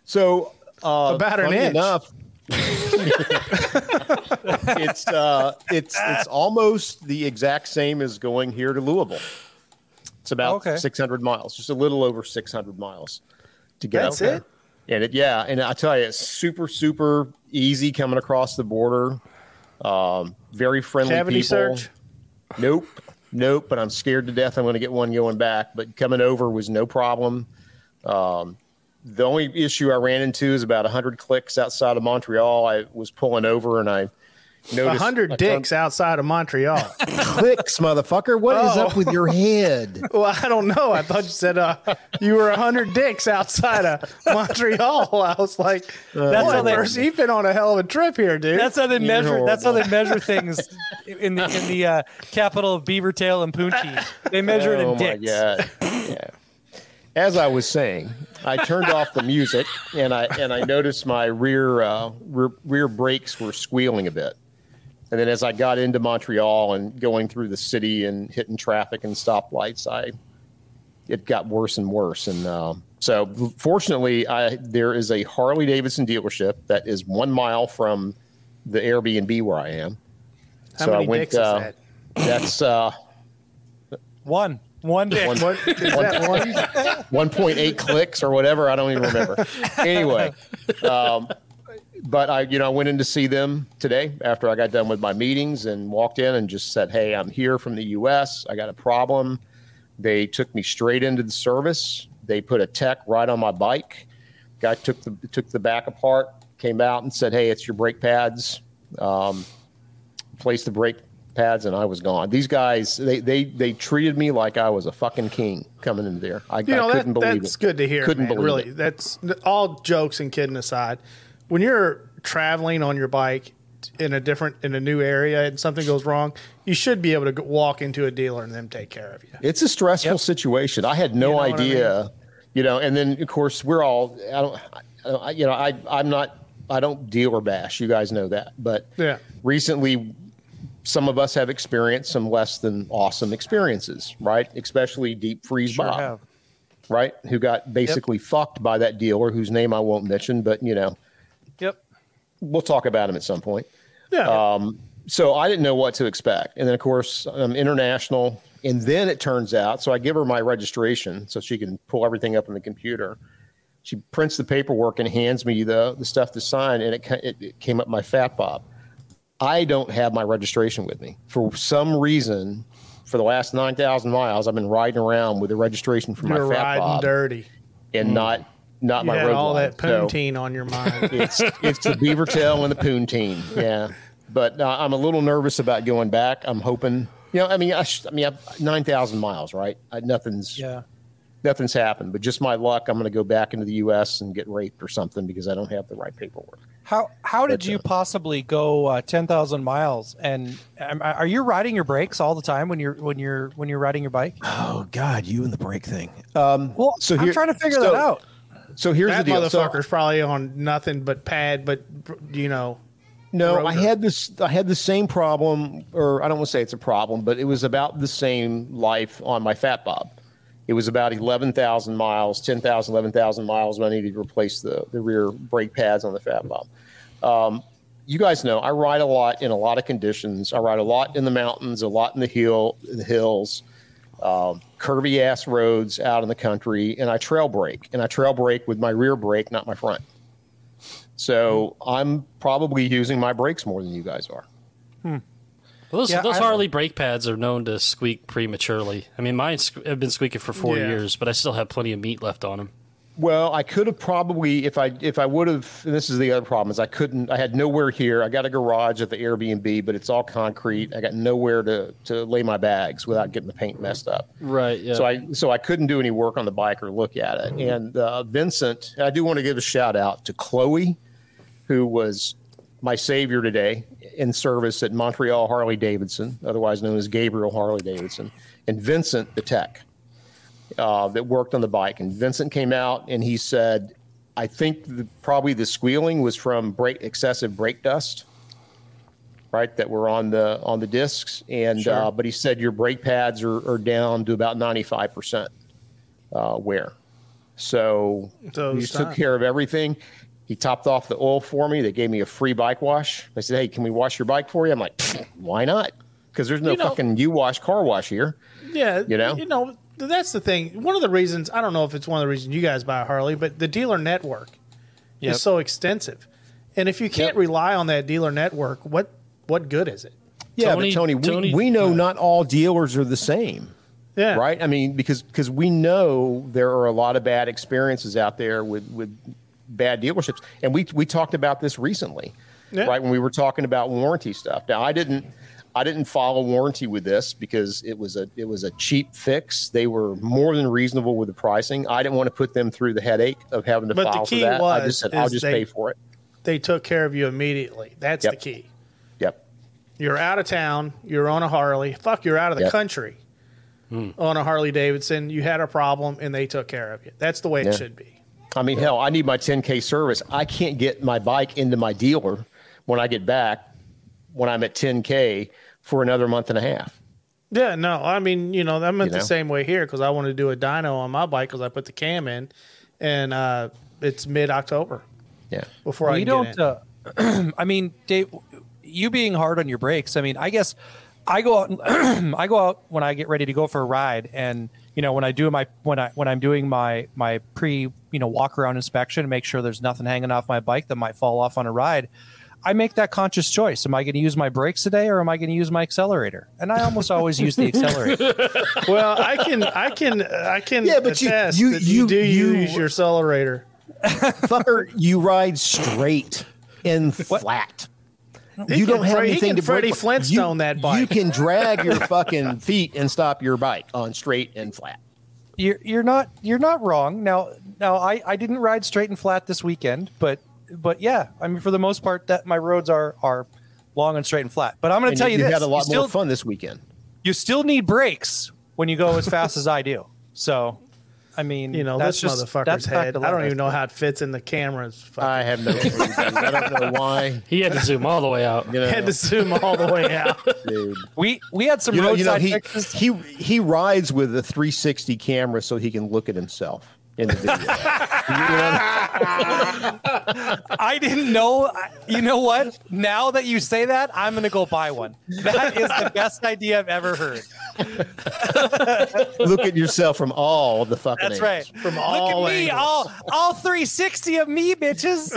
[SPEAKER 3] So uh,
[SPEAKER 2] About an
[SPEAKER 3] funny
[SPEAKER 2] inch.
[SPEAKER 3] Enough, it's uh, it's it's almost the exact same as going here to Louisville. It's
[SPEAKER 2] Oh,
[SPEAKER 3] about
[SPEAKER 4] Okay.
[SPEAKER 3] 600 miles, just a little over 600 miles to get.
[SPEAKER 2] That's
[SPEAKER 3] up there.
[SPEAKER 2] it?
[SPEAKER 3] And it, yeah, and I tell you, it's super super easy coming across the border. Um, very friendly
[SPEAKER 2] Cavity
[SPEAKER 3] people.
[SPEAKER 2] search.
[SPEAKER 3] Nope. Nope. But I'm scared to death I'm going to get one going back. But coming over was no problem. Um, the only issue I ran into is about 100 clicks outside of Montreal. I was pulling over and I
[SPEAKER 2] A
[SPEAKER 3] noticed
[SPEAKER 2] hundred
[SPEAKER 3] I turned-
[SPEAKER 2] dicks outside of Montreal.
[SPEAKER 3] clicks, motherfucker. What is
[SPEAKER 2] Oh.
[SPEAKER 3] up with your head?
[SPEAKER 2] well, I don't know. I thought you said uh, you were a hundred dicks outside of Montreal. I was like, that's
[SPEAKER 3] Uh,
[SPEAKER 4] That's how
[SPEAKER 2] boy,
[SPEAKER 4] they-
[SPEAKER 2] Merce, you've been on a hell of a trip here, dude.
[SPEAKER 4] That's how they measure. That's how they
[SPEAKER 3] horrible.
[SPEAKER 4] measure things in the in the uh, capital of Beaver Tail and Punchi. They measure it in
[SPEAKER 3] oh
[SPEAKER 4] dicks.
[SPEAKER 3] my god! Yeah. As I was saying, I turned off the music and I and I noticed my rear uh, rear, rear brakes were squealing a bit. And then as I got into Montreal and going through the city and hitting traffic and stoplights, I it got worse and worse. And uh, so, fortunately, I there is a Harley Davidson dealership that is one mile from the Airbnb where I am.
[SPEAKER 2] how
[SPEAKER 3] so
[SPEAKER 2] many
[SPEAKER 3] I went.
[SPEAKER 2] dicks is
[SPEAKER 3] uh,
[SPEAKER 2] that?
[SPEAKER 3] That's uh,
[SPEAKER 4] One one dick.
[SPEAKER 3] one,
[SPEAKER 2] What is that one?
[SPEAKER 3] 1.8 clicks or whatever. I don't even remember. Anyway, um, but I, you know, I went in to see them today after I got done with my meetings and walked in and just said, "Hey, I'm here from the U.S. I got a problem." They took me straight into the service. They put a tech right on my bike. Guy took the took the back apart, came out and said, "Hey, it's your brake pads." Um, placed the brake pads and I was gone. These guys, they they they treated me like I was a fucking king coming in there. I,
[SPEAKER 2] You know
[SPEAKER 3] I
[SPEAKER 2] that,
[SPEAKER 3] couldn't believe
[SPEAKER 2] that's
[SPEAKER 3] it.
[SPEAKER 2] good to hear.
[SPEAKER 3] Couldn't
[SPEAKER 2] man.
[SPEAKER 3] believe
[SPEAKER 2] really.
[SPEAKER 3] it.
[SPEAKER 2] That's all jokes and kidding aside. When you're traveling on your bike in a different in a new area and something goes wrong, you should be able to go- walk into a dealer and them take care of you.
[SPEAKER 3] It's a stressful situation. I had no
[SPEAKER 2] know what I
[SPEAKER 3] idea, you know. And then of course we're all. I don't. I, I, you know, I I'm not. I don't deal or bash. You guys know that. But
[SPEAKER 2] Yeah.
[SPEAKER 3] recently, some of us have experienced some less than awesome experiences, right? Especially deep freeze
[SPEAKER 4] Sure
[SPEAKER 3] Bob.
[SPEAKER 4] have.
[SPEAKER 3] right? Who got basically fucked by that dealer whose name I won't mention, but you know,
[SPEAKER 4] Yep.
[SPEAKER 3] we'll talk about him at some point.
[SPEAKER 2] Yeah.
[SPEAKER 3] So I didn't know what to expect. And then of course, I'm international. And then it turns out, so I give her my registration so she can pull everything up on the computer. She prints the paperwork and hands me the, the stuff to sign, and it, ca- it, it came up my fat bob. I don't have my registration with me. For some reason, for the last 9,000 miles, I've been riding around with the registration for
[SPEAKER 2] you're
[SPEAKER 3] my fat
[SPEAKER 2] riding
[SPEAKER 3] bob
[SPEAKER 2] dirty.
[SPEAKER 3] and not not
[SPEAKER 2] You
[SPEAKER 3] my
[SPEAKER 2] had
[SPEAKER 3] road
[SPEAKER 2] all
[SPEAKER 3] line.
[SPEAKER 2] that
[SPEAKER 3] So
[SPEAKER 2] poutine on your mind.
[SPEAKER 3] it's, it's the beaver tail and the poutine. Yeah, but uh, I'm a little nervous about going back. I'm hoping, you know, I mean, I, sh- I mean, I've nine thousand miles, right? I, nothing's
[SPEAKER 4] Yeah.
[SPEAKER 3] nothing's happened, but just my luck. I'm going to go back into the U.S. and get raped or something because I don't have the right paperwork.
[SPEAKER 4] How how did
[SPEAKER 3] But,
[SPEAKER 4] you
[SPEAKER 3] uh,
[SPEAKER 4] possibly go uh, ten thousand miles? And um, are you riding your brakes all the time when you're when you're when you're riding your bike?
[SPEAKER 3] Oh God, you and the brake thing. Um,
[SPEAKER 4] Well,
[SPEAKER 3] so
[SPEAKER 4] I'm
[SPEAKER 3] here-
[SPEAKER 4] trying to figure
[SPEAKER 3] so-
[SPEAKER 4] that out.
[SPEAKER 3] So here's
[SPEAKER 2] that
[SPEAKER 3] the deal. So-
[SPEAKER 2] motherfucker's probably on nothing but pad, but you know,
[SPEAKER 3] No,
[SPEAKER 2] Roger.
[SPEAKER 3] I had this. I had the same problem, or I don't want to say it's a problem, but it was about the same life on my Fat Bob. It was about eleven thousand miles, 10,000, 11,000 miles when I needed to replace the the rear brake pads on the Fat Bob. Um, you guys know I ride a lot in a lot of conditions. I ride a lot in the mountains, a lot in the hill, in the hills, um, curvy ass roads out in the country, and I trail brake, and I trail brake with my rear brake, not my front. So I'm probably using my brakes more than you guys are.
[SPEAKER 1] Well, those
[SPEAKER 4] Yeah,
[SPEAKER 1] those
[SPEAKER 4] I-
[SPEAKER 1] Harley brake pads are known to squeak prematurely. I mean, mine sque- have been squeaking for four
[SPEAKER 2] Yeah.
[SPEAKER 1] years, but I still have plenty of meat left on them.
[SPEAKER 3] Well, I could have probably if I if I would have. And this is the other problem is I couldn't. I had nowhere here. I got a garage at the Airbnb, but it's all concrete. I got nowhere to to lay my bags without getting the paint messed up.
[SPEAKER 1] Right. Yeah.
[SPEAKER 3] So I so I couldn't do any work on the bike or look at it. And uh, Vincent, I do want to give a shout out to Chloe, who was my savior today in service at Montreal Harley Davidson, otherwise known as Gabriel Harley Davidson, and Vincent the tech uh, that worked on the bike. And Vincent came out and he said, "I think the, probably the squealing was from brake excessive brake dust." right that were on the on the discs and uh, but he said your brake pads are, are down to about 95% uh, wear so
[SPEAKER 2] So
[SPEAKER 3] he
[SPEAKER 2] it's
[SPEAKER 3] took
[SPEAKER 2] time.
[SPEAKER 3] care of everything he topped off the oil for me they gave me a free bike wash they said hey can we wash your bike for you i'm like why not because there's no
[SPEAKER 2] You know-
[SPEAKER 3] fucking you wash car wash here
[SPEAKER 2] Yeah,
[SPEAKER 3] You know?
[SPEAKER 2] you know, th- that's the thing. One of the reasons I don't know if it's one of the reasons you guys buy a Harley, but the dealer network
[SPEAKER 4] Yep.
[SPEAKER 2] is so extensive, and if you can't
[SPEAKER 3] Yep.
[SPEAKER 2] rely on that dealer network, what what good is it?
[SPEAKER 3] yeah
[SPEAKER 1] Tony-
[SPEAKER 3] but tony,
[SPEAKER 1] Tony-
[SPEAKER 3] we, we know not all dealers are the same
[SPEAKER 2] Yeah,
[SPEAKER 3] right? I mean, because because we know there are a lot of bad experiences out there with with bad dealerships, and we we talked about this recently,
[SPEAKER 2] Yeah.
[SPEAKER 3] right? When we were talking about warranty stuff. Now, I didn't I didn't follow warranty with this because it was a it was a cheap fix. They were more than reasonable with the pricing. I didn't want to put them through the headache of having to
[SPEAKER 2] But the
[SPEAKER 3] file for
[SPEAKER 2] key
[SPEAKER 3] that. I
[SPEAKER 2] was
[SPEAKER 3] just said I'll
[SPEAKER 2] is
[SPEAKER 3] just
[SPEAKER 2] they-
[SPEAKER 3] pay for it.
[SPEAKER 2] They took care of you immediately. That's
[SPEAKER 3] Yep.
[SPEAKER 2] the key.
[SPEAKER 3] Yep.
[SPEAKER 2] You're out of town. You're on a Harley. Fuck, you're out of the
[SPEAKER 3] Yep.
[SPEAKER 2] country
[SPEAKER 4] Hmm.
[SPEAKER 2] on a Harley Davidson. You had a problem, and they took care of you. That's the way it
[SPEAKER 3] Yeah.
[SPEAKER 2] should be.
[SPEAKER 3] I mean, hell, I need my 10K service. I can't get my bike into my dealer when I get back when I'm at 10K for another month and a half.
[SPEAKER 2] Yeah, no, I mean, you know, I meant
[SPEAKER 3] You know?
[SPEAKER 2] the same way here because I wanted to do a dyno on my bike because I put the cam in, and uh, it's mid October
[SPEAKER 3] Yeah.
[SPEAKER 2] before I
[SPEAKER 4] you
[SPEAKER 2] can
[SPEAKER 4] don't.
[SPEAKER 2] Get in.
[SPEAKER 4] Uh, I mean, Dave, you being hard on your brakes. I mean, I guess I go out. and- I go out when I get ready to go for a ride, and you know when I do my when I when I'm doing my my pre you know walk around inspection to make sure there's nothing hanging off my bike that might fall off on a ride. I make that conscious choice. Am I going to use my brakes today, or am I going to use my accelerator? And I almost always use the accelerator.
[SPEAKER 2] well, I can, I can, I can.
[SPEAKER 3] Yeah, but you-
[SPEAKER 2] attest
[SPEAKER 3] you-
[SPEAKER 2] that you,
[SPEAKER 3] you-
[SPEAKER 2] do
[SPEAKER 3] you-
[SPEAKER 2] use your accelerator.
[SPEAKER 3] Fucker, you ride straight and flat.
[SPEAKER 2] He
[SPEAKER 3] you don't
[SPEAKER 2] can
[SPEAKER 3] have
[SPEAKER 2] Fre- he
[SPEAKER 3] anything
[SPEAKER 2] can
[SPEAKER 3] to brake
[SPEAKER 2] Freddie
[SPEAKER 3] with.
[SPEAKER 2] Flintstone
[SPEAKER 3] you,
[SPEAKER 2] that bike.
[SPEAKER 3] You can drag your fucking feet and stop your bike on straight and flat.
[SPEAKER 4] you're you're not you're not wrong. Now now I I didn't ride straight and flat this weekend, but but yeah, I mean for the most part that my roads are are long and straight and flat. But I'm going to
[SPEAKER 3] And
[SPEAKER 4] tell you, this:
[SPEAKER 3] had a lot
[SPEAKER 4] you still,
[SPEAKER 3] more fun this weekend.
[SPEAKER 4] You still need brakes when you go as fast as I do. So, I mean,
[SPEAKER 2] You know,
[SPEAKER 4] that's
[SPEAKER 2] this
[SPEAKER 4] just,
[SPEAKER 2] motherfucker's
[SPEAKER 4] that's fact
[SPEAKER 2] head.
[SPEAKER 4] of
[SPEAKER 2] I don't
[SPEAKER 4] life.
[SPEAKER 2] even know how it fits in the cameras. Fucking-
[SPEAKER 3] I have no. I don't know why.
[SPEAKER 1] he had to zoom all the way out.
[SPEAKER 3] You know,
[SPEAKER 2] had to zoom all the way out.
[SPEAKER 3] dude.
[SPEAKER 4] We we had some
[SPEAKER 3] you know, you know
[SPEAKER 4] roadside
[SPEAKER 3] he,
[SPEAKER 4] fixes.
[SPEAKER 3] he he rides with a 360 camera so he can look at himself in the video. You know what I'm-
[SPEAKER 4] I didn't know. I- You know what? Now that you say that, I'm going to go buy one. That is the best idea I've ever heard.
[SPEAKER 3] look at yourself from all the fucking.
[SPEAKER 4] That's right.
[SPEAKER 3] angles.
[SPEAKER 2] From
[SPEAKER 4] Look
[SPEAKER 2] all
[SPEAKER 4] at me,
[SPEAKER 2] angles.
[SPEAKER 4] all all 360 of me, bitches.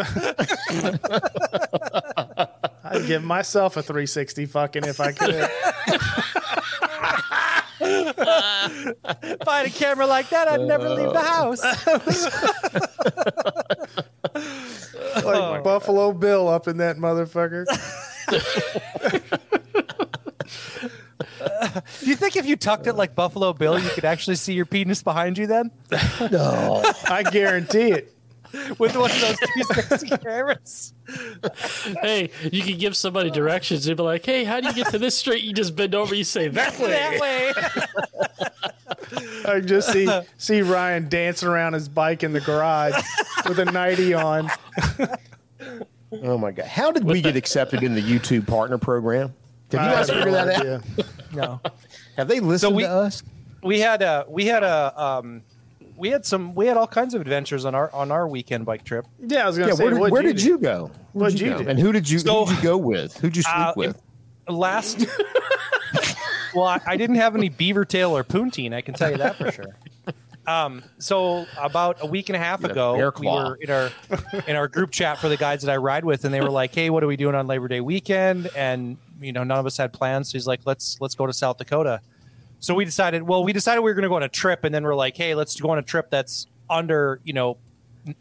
[SPEAKER 2] I'd give myself a 360 fucking if I could.
[SPEAKER 4] If I had a camera like that, I'd never leave the house.
[SPEAKER 2] like Buffalo Bill up in that motherfucker.
[SPEAKER 4] Do you think if you tucked it like Buffalo Bill, you could actually see your penis behind you then
[SPEAKER 3] No.
[SPEAKER 2] I guarantee it.
[SPEAKER 4] with one of those 360 cameras?
[SPEAKER 1] Hey, you could give somebody directions. They'd be like, "Hey, how do you get to this street?" You just bend over. You say that way.
[SPEAKER 4] That way.
[SPEAKER 2] I just see see Ryan dancing around his bike in the garage with a nightie on.
[SPEAKER 3] Oh my god! How did we get accepted in the YouTube partner program? Have you
[SPEAKER 2] I
[SPEAKER 3] guys
[SPEAKER 2] have
[SPEAKER 3] figured
[SPEAKER 2] no
[SPEAKER 3] that out?
[SPEAKER 2] idea.
[SPEAKER 4] No.
[SPEAKER 3] Have they listened
[SPEAKER 4] we-
[SPEAKER 3] to us?
[SPEAKER 4] we had a we had a um we had some we had all kinds of adventures on our on our weekend bike trip.
[SPEAKER 2] Yeah, I was gonna
[SPEAKER 3] Yeah.
[SPEAKER 2] say.
[SPEAKER 3] Where, did-
[SPEAKER 2] what'd
[SPEAKER 3] where did
[SPEAKER 2] do?
[SPEAKER 3] you go? Where'd
[SPEAKER 2] What'd you
[SPEAKER 3] go?
[SPEAKER 2] do?
[SPEAKER 3] And who did you?
[SPEAKER 4] So-
[SPEAKER 3] who did you go with? Who'd you sleep
[SPEAKER 4] Uh,
[SPEAKER 3] with?
[SPEAKER 4] Last Well, I, I didn't have any beaver tail or poutine, I can tell you that for sure. Um, so about a week and a half
[SPEAKER 3] You had a
[SPEAKER 4] ago,
[SPEAKER 3] bear
[SPEAKER 4] we
[SPEAKER 3] claw.
[SPEAKER 4] were in our in our group chat for the guys that I ride with, and they were like, "Hey, what are we doing on Labor Day weekend?" And you know, none of us had plans. So he's like, "Let's let's go to South Dakota." So we decided. Well, we decided we were going to go on a trip, and then we're like, "Hey, let's go on a trip that's under you know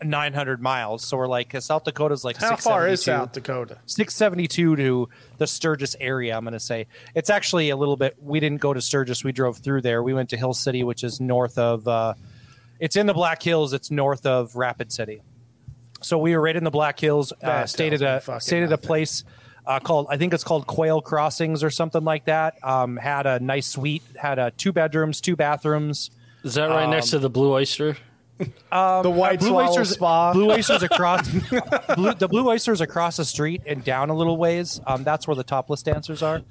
[SPEAKER 4] 900 miles. So we're like, uh, South Dakota's like
[SPEAKER 2] How far is
[SPEAKER 4] 672.
[SPEAKER 2] South Dakota?
[SPEAKER 4] 672 to the Sturgis area. I'm going to say it's actually a little bit. We didn't go to Sturgis. We drove through there. We went to Hill City, which is north of. Uh, it's in the Black Hills. It's north of Rapid City. So we were right in the Black Hills. Uh,
[SPEAKER 2] That
[SPEAKER 4] stayed at
[SPEAKER 2] tells me
[SPEAKER 4] a
[SPEAKER 2] fucking
[SPEAKER 4] stayed at a
[SPEAKER 2] nothing.
[SPEAKER 4] place uh, called I think it's called Quail Crossings or something like that. Um, had a nice suite. Had uh, two bedrooms, two bathrooms.
[SPEAKER 1] Is that right next to the Blue Oyster?
[SPEAKER 3] Um,
[SPEAKER 2] the White
[SPEAKER 4] Blue
[SPEAKER 2] Swallow
[SPEAKER 4] Oysters
[SPEAKER 2] Spa.
[SPEAKER 4] Blue Oysters across blue, the Blue Oysters across the street and down a little ways. Um, that's where the topless dancers are.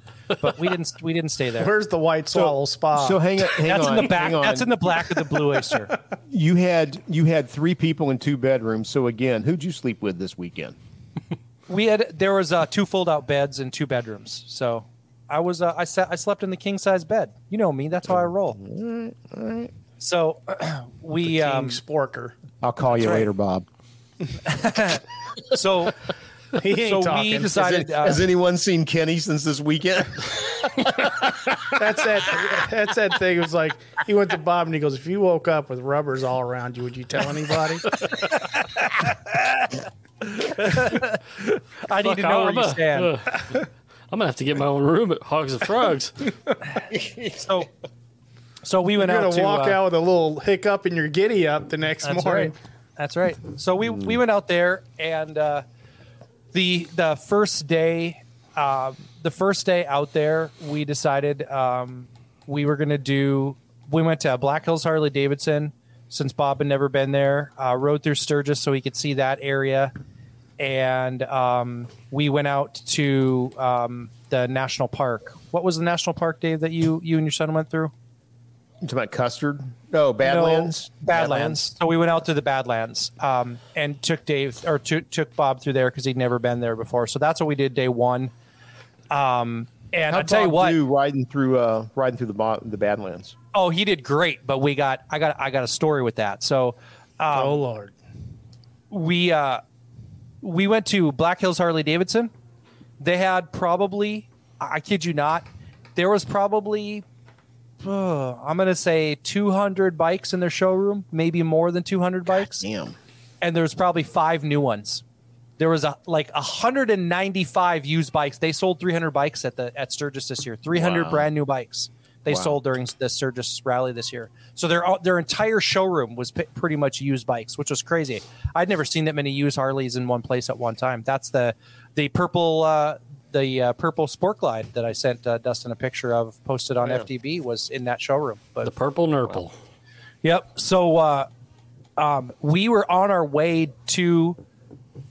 [SPEAKER 4] But we didn't we didn't stay there.
[SPEAKER 2] Where's the White Swallow Spa?
[SPEAKER 3] So hang, hang
[SPEAKER 4] That's
[SPEAKER 3] on.
[SPEAKER 4] in the back.
[SPEAKER 3] hang on.
[SPEAKER 4] That's in the black of the Blue Oyster.
[SPEAKER 3] You had you had three people in two bedrooms. So again, who'd you sleep with this weekend?
[SPEAKER 4] We had there was uh, two fold out beds and two bedrooms. So I was uh, I sat I slept in the king size bed. You know me. That's how I roll. So we
[SPEAKER 2] King
[SPEAKER 4] um,
[SPEAKER 2] Sporker.
[SPEAKER 3] I'll call you
[SPEAKER 4] That's right.
[SPEAKER 3] later, Bob.
[SPEAKER 4] so
[SPEAKER 2] He ain't
[SPEAKER 4] so
[SPEAKER 2] talking.
[SPEAKER 4] we
[SPEAKER 3] Has,
[SPEAKER 4] decided.
[SPEAKER 3] it-
[SPEAKER 4] uh,
[SPEAKER 3] has anyone seen Kenny since this weekend?
[SPEAKER 2] That's that. That's that thing. It was like he went to Bob and he goes, "If you woke up with rubbers all around you, would you tell anybody?"
[SPEAKER 4] uh, I need to know where you stand.
[SPEAKER 1] I'm gonna have to get my own room at Hogs and Frogs.
[SPEAKER 4] So so we went
[SPEAKER 2] You're
[SPEAKER 4] out
[SPEAKER 2] gonna
[SPEAKER 4] to
[SPEAKER 2] walk
[SPEAKER 4] uh,
[SPEAKER 2] out with a little hiccup in your giddy up the next
[SPEAKER 4] That's
[SPEAKER 2] morning.
[SPEAKER 4] right. That's right. So we we went out there and uh, the the first day uh, the first day out there we decided um, we were gonna do we went to Black Hills Harley Davidson since Bob had never been there uh, rode through Sturgis so he could see that area and um, we went out to um, the national park. What was the national park, Dave? That you you and your son went through?
[SPEAKER 3] You talking about custard? No, Badlands.
[SPEAKER 4] No, Badlands. So we went out to the Badlands um, and took Dave or to, took Bob through there because he'd never been there before. So that's what we did day one. Um, and I
[SPEAKER 3] How'd
[SPEAKER 4] tell you
[SPEAKER 3] Bob
[SPEAKER 4] what,
[SPEAKER 3] do riding through uh, riding through the bo- the Badlands.
[SPEAKER 4] oh, he did great, but we got I got I got a story with that. So Um,
[SPEAKER 2] Oh Lord,
[SPEAKER 4] we uh, we went to Black Hills Harley Davidson. They had probably I I kid you not, there was probably uh, I'm gonna say 200 bikes in their showroom, maybe more than 200 bikes.
[SPEAKER 3] Damn.
[SPEAKER 4] and there was probably five new ones. There was a, like 195 used bikes. They sold 300 bikes at the at Sturgis this year. 300
[SPEAKER 3] Wow.
[SPEAKER 4] brand new bikes they
[SPEAKER 3] Wow.
[SPEAKER 4] sold during the Sturgis rally this year. So their their entire showroom was p- pretty much used bikes, which was crazy. I'd never seen that many used Harleys in one place at one time. That's the the purple uh, the uh, purple Sport Glide that I sent uh, Dustin a picture of, posted on FDB, was in that showroom. But
[SPEAKER 1] The purple nurple.
[SPEAKER 4] Yep. So uh, um, we were on our way to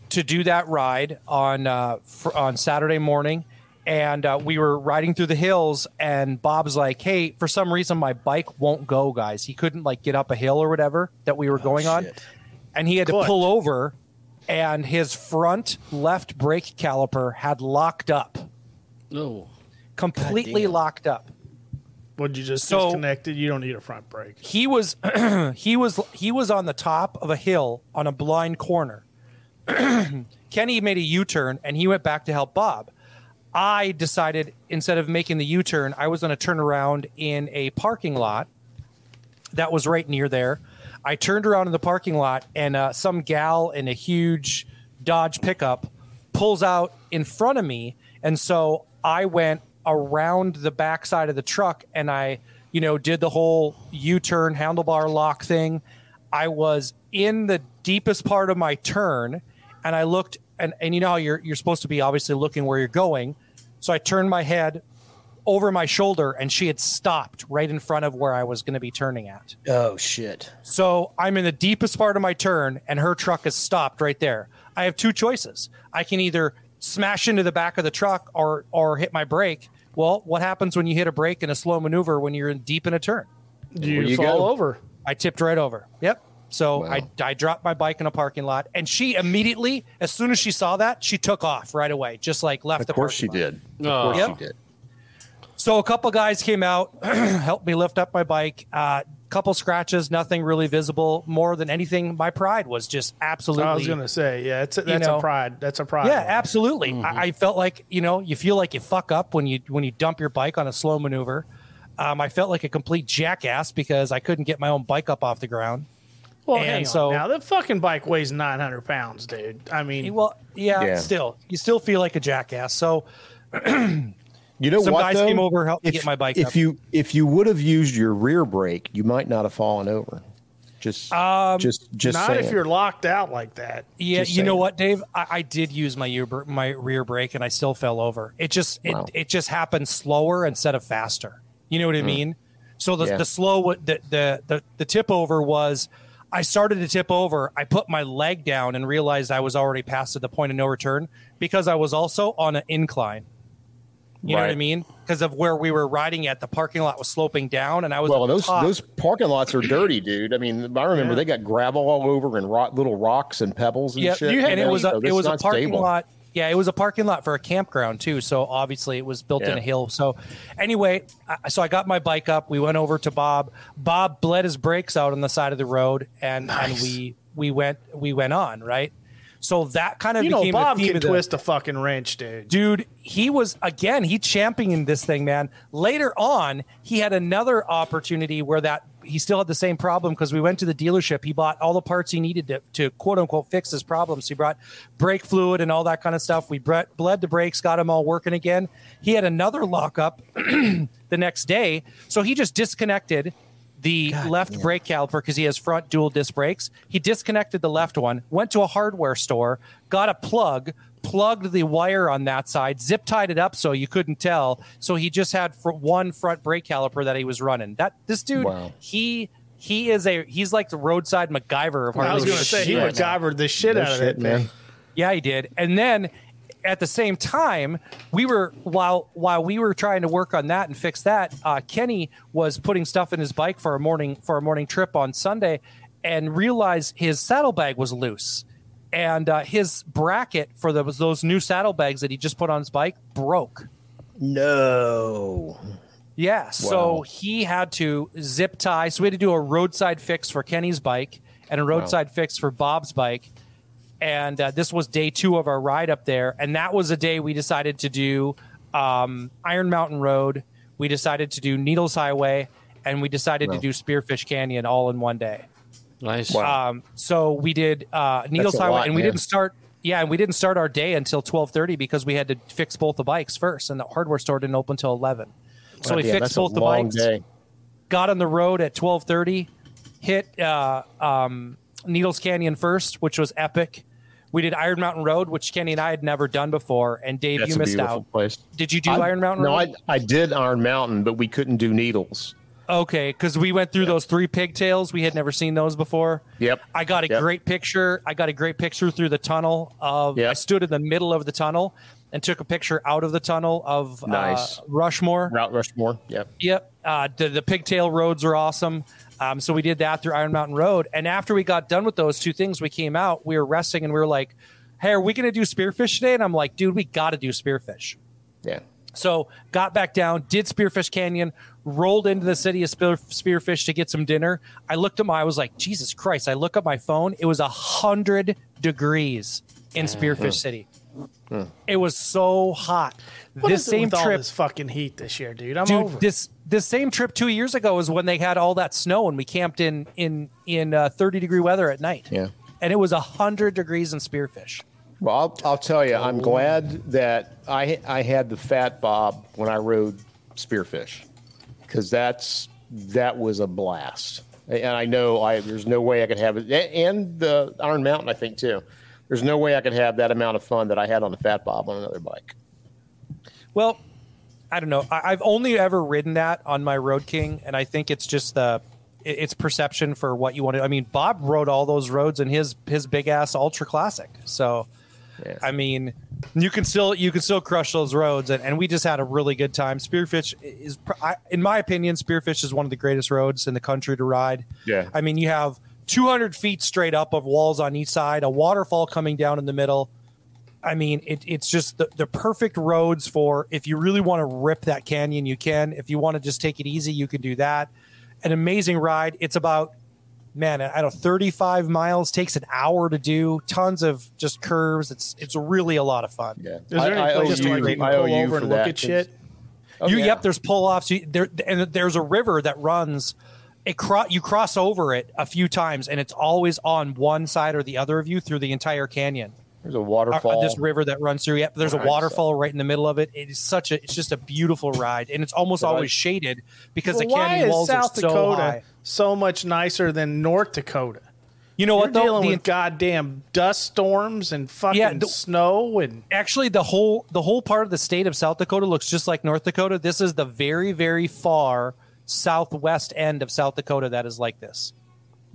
[SPEAKER 4] to do that ride on uh, fr- on Saturday morning, and uh, we were riding through the hills. And Bob's like, "Hey, for some reason my bike won't go, guys. He couldn't like get up a hill or whatever that we were going on,
[SPEAKER 3] shit.
[SPEAKER 4] and he had
[SPEAKER 2] Good.
[SPEAKER 4] to pull over." And his front left brake caliper had locked up,
[SPEAKER 1] No.
[SPEAKER 4] completely locked up.
[SPEAKER 2] would you just
[SPEAKER 4] So-
[SPEAKER 2] disconnect it? You don't need a front brake.
[SPEAKER 4] he was he was he was on the top of a hill on a blind corner. Kenny made a U-turn and he went back to help Bob. I decided instead of making the U-turn, I was going to turn around in a parking lot that was right near there. I turned around in the parking lot and uh, some gal in a huge Dodge pickup pulls out in front of me, and so I went around the backside of the truck and I, you know, did the whole U-turn handlebar lock thing. I was in the deepest part of my turn, and I looked and and you know how you're you're supposed to be obviously looking where you're going, so I turned my head over my shoulder and she had stopped right in front of where I was going to be turning at.
[SPEAKER 6] Oh shit!
[SPEAKER 4] So I'm in the deepest part of my turn and her truck is stopped right there. I have two choices. I can either smash into the back of the truck or or hit my brake. Well, what happens when you hit a brake in a slow maneuver when you're in deep in a turn?
[SPEAKER 2] You,
[SPEAKER 3] you
[SPEAKER 2] fall
[SPEAKER 3] go.
[SPEAKER 2] over.
[SPEAKER 4] I tipped right over. Yep. So
[SPEAKER 3] Wow.
[SPEAKER 4] I, I dropped my bike in a parking lot and she immediately, as soon as she saw that, she took off right away, just like left
[SPEAKER 3] Of
[SPEAKER 4] the
[SPEAKER 3] course she
[SPEAKER 4] parking lot.
[SPEAKER 3] did.
[SPEAKER 1] No.
[SPEAKER 3] Of course
[SPEAKER 4] Yep.
[SPEAKER 3] Oh, she did.
[SPEAKER 4] So a couple guys came out, helped me lift up my bike. uh, couple scratches, nothing really visible. More than anything, my pride was just absolutely.
[SPEAKER 2] I was gonna say, yeah, it's a, that's
[SPEAKER 4] know.
[SPEAKER 2] a pride. That's a pride.
[SPEAKER 4] yeah,
[SPEAKER 2] moment.
[SPEAKER 4] absolutely.
[SPEAKER 3] Mm-hmm.
[SPEAKER 4] I, I felt like you know you feel like you fuck up when you when you dump your bike on a slow maneuver. Um, I felt like a complete jackass because I couldn't get my own bike up off the ground.
[SPEAKER 2] Well,
[SPEAKER 4] And
[SPEAKER 2] hang on
[SPEAKER 4] so-
[SPEAKER 2] now the fucking bike weighs 900 pounds, dude. I mean,
[SPEAKER 4] Well, yeah,
[SPEAKER 3] Yeah.
[SPEAKER 4] still, you still feel like a jackass. So
[SPEAKER 3] You know
[SPEAKER 4] Some
[SPEAKER 3] what?
[SPEAKER 4] guys
[SPEAKER 3] though?
[SPEAKER 4] came over, helped me get my bike
[SPEAKER 3] If
[SPEAKER 4] up.
[SPEAKER 3] you if you would have used your rear brake, you might not have fallen over. Just
[SPEAKER 4] Um,
[SPEAKER 3] just just
[SPEAKER 2] not
[SPEAKER 3] saying.
[SPEAKER 2] if you're locked out like that.
[SPEAKER 4] yeah,
[SPEAKER 3] Just
[SPEAKER 4] you know
[SPEAKER 3] saying.
[SPEAKER 4] what, Dave? I, I did use my u- my rear brake and I still fell over. It just it,
[SPEAKER 3] Wow. Mm.
[SPEAKER 4] it just happened slower instead of faster. You know what I mean? So the
[SPEAKER 3] Yeah.
[SPEAKER 4] the slow wa- the, the the the tip over was I started to tip over. I put my leg down and realized I was already past the point of no return because I was also on an incline. You know what I
[SPEAKER 3] Right.
[SPEAKER 4] mean? Because of where we were riding at, the parking lot was sloping down, and I was
[SPEAKER 3] well,
[SPEAKER 4] at the
[SPEAKER 3] those
[SPEAKER 4] top.
[SPEAKER 3] those parking lots are dirty, dude. I mean, I remember they got gravel all over and ro- little rocks and pebbles and
[SPEAKER 4] Yeah,
[SPEAKER 3] shit.
[SPEAKER 4] you had,
[SPEAKER 3] you
[SPEAKER 4] and it
[SPEAKER 3] know,
[SPEAKER 4] was a,
[SPEAKER 3] so
[SPEAKER 4] it
[SPEAKER 3] that's
[SPEAKER 4] was a
[SPEAKER 3] not
[SPEAKER 4] parking
[SPEAKER 3] stable.
[SPEAKER 4] lot. Yeah, it was a parking lot for a campground too. So obviously it was built in
[SPEAKER 3] Yeah.
[SPEAKER 4] a hill. So anyway, I, so I got my bike up. We went over to Bob. Bob bled his brakes out on the side of the road, and and we we went we went on right. So that kind of
[SPEAKER 2] You know,
[SPEAKER 4] became
[SPEAKER 2] Bob
[SPEAKER 4] the theme
[SPEAKER 2] can
[SPEAKER 4] of the-
[SPEAKER 2] twist a fucking wrench, dude.
[SPEAKER 4] dude he was again he championed this thing man later on he had another opportunity where that he still had the same problem because we went to the dealership he bought all the parts he needed to, to quote unquote fix his problems he brought brake fluid and all that kind of stuff we bre- bled the brakes got him all working again he had another lockup the next day so he just disconnected the left brake caliper because he has front dual disc brakes. He disconnected the left one, went to a hardware store, got a plug, plugged the wire on that side, zip tied it up so you couldn't tell. So he just had fr- one front brake caliper that he was running. That this dude,
[SPEAKER 3] Wow.
[SPEAKER 4] he he is a he's like the roadside MacGyver of Harley.
[SPEAKER 2] I was going to
[SPEAKER 4] Davidson
[SPEAKER 2] say he
[SPEAKER 4] right now.
[SPEAKER 2] MacGyvered the shit
[SPEAKER 3] No
[SPEAKER 2] out of
[SPEAKER 3] shit,
[SPEAKER 2] that man.
[SPEAKER 3] man.
[SPEAKER 4] Yeah, he did. And then at the same time, we were while while we were trying to work on that and fix that, uh, Kenny was putting stuff in his bike for a morning for a morning trip on Sunday, and realized his saddlebag was loose, and uh, his bracket for those those new saddlebags that he just put on his bike broke.
[SPEAKER 3] No.
[SPEAKER 4] Yeah. So
[SPEAKER 3] Wow.
[SPEAKER 4] he had to zip tie. So we had to do a roadside fix for Kenny's bike and a roadside fix for Bob's bike. And uh, this was day two of our ride up there. And that was a day we decided to do um, Iron Mountain Road. We decided to do Needles Highway. And we decided to do Spearfish Canyon all in one day.
[SPEAKER 1] Nice.
[SPEAKER 3] Wow.
[SPEAKER 4] Um, so we did uh, Needles
[SPEAKER 3] a
[SPEAKER 4] Highway,
[SPEAKER 3] lot,
[SPEAKER 4] and we
[SPEAKER 3] man.
[SPEAKER 4] didn't start. Yeah, and we didn't start our day until twelve thirty because we had to fix both the bikes first, and the hardware store didn't open till eleven. So we
[SPEAKER 3] Damn,
[SPEAKER 4] fixed
[SPEAKER 3] that's a
[SPEAKER 4] both the
[SPEAKER 3] long
[SPEAKER 4] bikes.
[SPEAKER 3] day.
[SPEAKER 4] Got on the road at twelve thirty, hit uh, um, Needles Canyon first, which was epic. We did Iron Mountain Road, which Kenny and I had never done before, and Dave,
[SPEAKER 3] That's
[SPEAKER 4] you
[SPEAKER 3] a
[SPEAKER 4] missed
[SPEAKER 3] beautiful
[SPEAKER 4] out.
[SPEAKER 3] place.
[SPEAKER 4] Did you do
[SPEAKER 3] I-
[SPEAKER 4] Iron Mountain?
[SPEAKER 3] No,
[SPEAKER 4] Road?
[SPEAKER 3] I I did Iron Mountain, but we couldn't do needles.
[SPEAKER 4] Okay, because we went through those three pigtails. We had never seen those before.
[SPEAKER 3] Yep.
[SPEAKER 4] I got a
[SPEAKER 3] Yep.
[SPEAKER 4] great picture. I got a great picture through the tunnel of.
[SPEAKER 3] Yep.
[SPEAKER 4] I stood in the middle of the tunnel and took a picture out of the tunnel of uh,
[SPEAKER 3] Nice.
[SPEAKER 4] Rushmore.
[SPEAKER 3] Route Rushmore. Yep.
[SPEAKER 4] Yep. Uh, the, the pigtail roads are awesome. Um, so we did that through Iron Mountain Road. And after we got done with those two things, we came out, we were resting, and we were like, hey, are we going to do spearfish today? And I'm like, dude, we got to do spearfish.
[SPEAKER 3] Yeah.
[SPEAKER 4] So got back down, did Spearfish Canyon, rolled into the city of Spear, Spearfish to get some dinner. I looked at my, I was like, Jesus Christ! I look at my phone. It was a hundred degrees in
[SPEAKER 2] Mm-hmm.
[SPEAKER 4] Spearfish City. It was so hot.
[SPEAKER 2] What
[SPEAKER 4] this
[SPEAKER 2] is it
[SPEAKER 4] same
[SPEAKER 2] with all
[SPEAKER 4] trip,
[SPEAKER 2] this fucking heat this year, dude. I'm
[SPEAKER 4] dude.
[SPEAKER 2] over. it.
[SPEAKER 4] This this same trip two years ago is when they had all that snow and we camped in in in uh, thirty degree weather at night.
[SPEAKER 3] Yeah.
[SPEAKER 4] and it was a hundred degrees in Spearfish.
[SPEAKER 3] Well, I'll, I'll tell you, I'm glad that I I had the fat Bob when I rode spearfish, because that's that was a blast. And I know I there's no way I could have it, a- and the Iron Mountain I think too. There's no way I could have that amount of fun that I had on the fat Bob on another bike.
[SPEAKER 4] Well, I don't know. I, I've only ever ridden that on my Road King, and I think it's just the it- it's perception for what you want to. I mean, Bob rode all those roads in his his big ass ultra classic. So,
[SPEAKER 3] Yeah.
[SPEAKER 4] I mean, you can still you can still crush those roads, and, and we just had a really good time. Spearfish is, pr- I, in my opinion, Spearfish is one of the greatest roads in the country to ride.
[SPEAKER 3] Yeah.
[SPEAKER 4] I mean, you have 200 feet straight up of walls on each side, a waterfall coming down in the middle. I mean, it, it's just the, the perfect roads for if you really want to rip that canyon, you can. If you want to just take it easy, you can do that. An amazing ride. It's about, man, I don't know, 35 miles, takes an hour to do, tons of just curves. It's it's really a lot of fun.
[SPEAKER 3] Yeah.
[SPEAKER 2] Is there any place
[SPEAKER 4] you-
[SPEAKER 2] where you
[SPEAKER 3] I
[SPEAKER 2] can
[SPEAKER 3] owe
[SPEAKER 2] pull
[SPEAKER 3] you
[SPEAKER 2] over
[SPEAKER 3] for
[SPEAKER 2] and
[SPEAKER 3] that,
[SPEAKER 2] look at
[SPEAKER 3] 'cause-
[SPEAKER 2] shit?
[SPEAKER 3] Oh,
[SPEAKER 4] you,
[SPEAKER 3] yeah.
[SPEAKER 4] Yep, there's pull offs. There, and there's a river that runs it cro- you cross over it a few times, and it's always on one side or the other of you through the entire canyon.
[SPEAKER 3] There's a
[SPEAKER 4] Uh,
[SPEAKER 3] waterfall.
[SPEAKER 4] This river that runs through. Yep, there's a
[SPEAKER 3] Right, so-
[SPEAKER 4] waterfall right in the middle of it. It is such a. It's just a beautiful ride, and it's almost
[SPEAKER 3] Right.
[SPEAKER 4] always shaded because the
[SPEAKER 2] Well, why
[SPEAKER 4] canyon
[SPEAKER 2] is
[SPEAKER 4] walls
[SPEAKER 2] South
[SPEAKER 4] are so
[SPEAKER 2] Dakota
[SPEAKER 4] high.
[SPEAKER 2] so, much nicer than North Dakota?
[SPEAKER 4] You know
[SPEAKER 2] We're
[SPEAKER 4] what? Though
[SPEAKER 2] dealing
[SPEAKER 4] The
[SPEAKER 2] with goddamn dust storms and fucking
[SPEAKER 4] Yeah, the-
[SPEAKER 2] snow and
[SPEAKER 4] actually the whole the whole part of the state of South Dakota looks just like North Dakota. This is the very very far southwest end of South Dakota that is like this.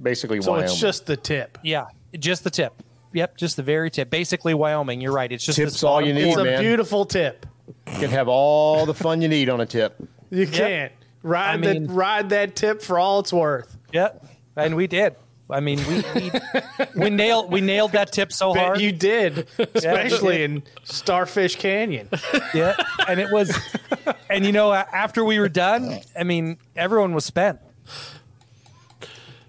[SPEAKER 3] basically
[SPEAKER 2] so
[SPEAKER 3] Wyoming.
[SPEAKER 2] it's just the tip.
[SPEAKER 4] Yeah, just the tip. Yep, just the very tip. Basically Wyoming. You're right. It's just
[SPEAKER 3] Tip's
[SPEAKER 4] this
[SPEAKER 3] all
[SPEAKER 4] bottom-
[SPEAKER 3] you need,
[SPEAKER 2] It's a
[SPEAKER 3] man.
[SPEAKER 2] beautiful tip.
[SPEAKER 3] you can have all the fun you need on a tip.
[SPEAKER 2] You can't ride
[SPEAKER 4] I mean-
[SPEAKER 2] that ride that tip for all it's worth.
[SPEAKER 4] Yep, and we did. I mean, we we, we nailed we nailed that tip so
[SPEAKER 2] Bet
[SPEAKER 4] hard.
[SPEAKER 2] you did, especially in Starfish Canyon.
[SPEAKER 4] yeah, and it was, and you know, a- after we were done, I mean, everyone was spent.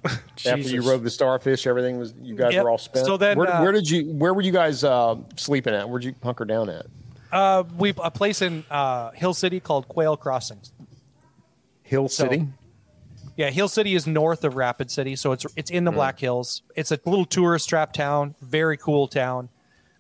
[SPEAKER 3] After you
[SPEAKER 1] Jesus.
[SPEAKER 3] rode the starfish, everything was you guys
[SPEAKER 4] Yep.
[SPEAKER 3] were all spent.
[SPEAKER 4] So then,
[SPEAKER 3] where,
[SPEAKER 4] uh,
[SPEAKER 3] where did you? Where were you guys uh, sleeping at? Where'd you hunker down at?
[SPEAKER 4] We a place in uh, Hill City called Quail Crossings.
[SPEAKER 3] Hill City.
[SPEAKER 4] Yeah, Hill City is north of Rapid City, so it's it's in the Black Hills. It's a little tourist trap town, very cool town.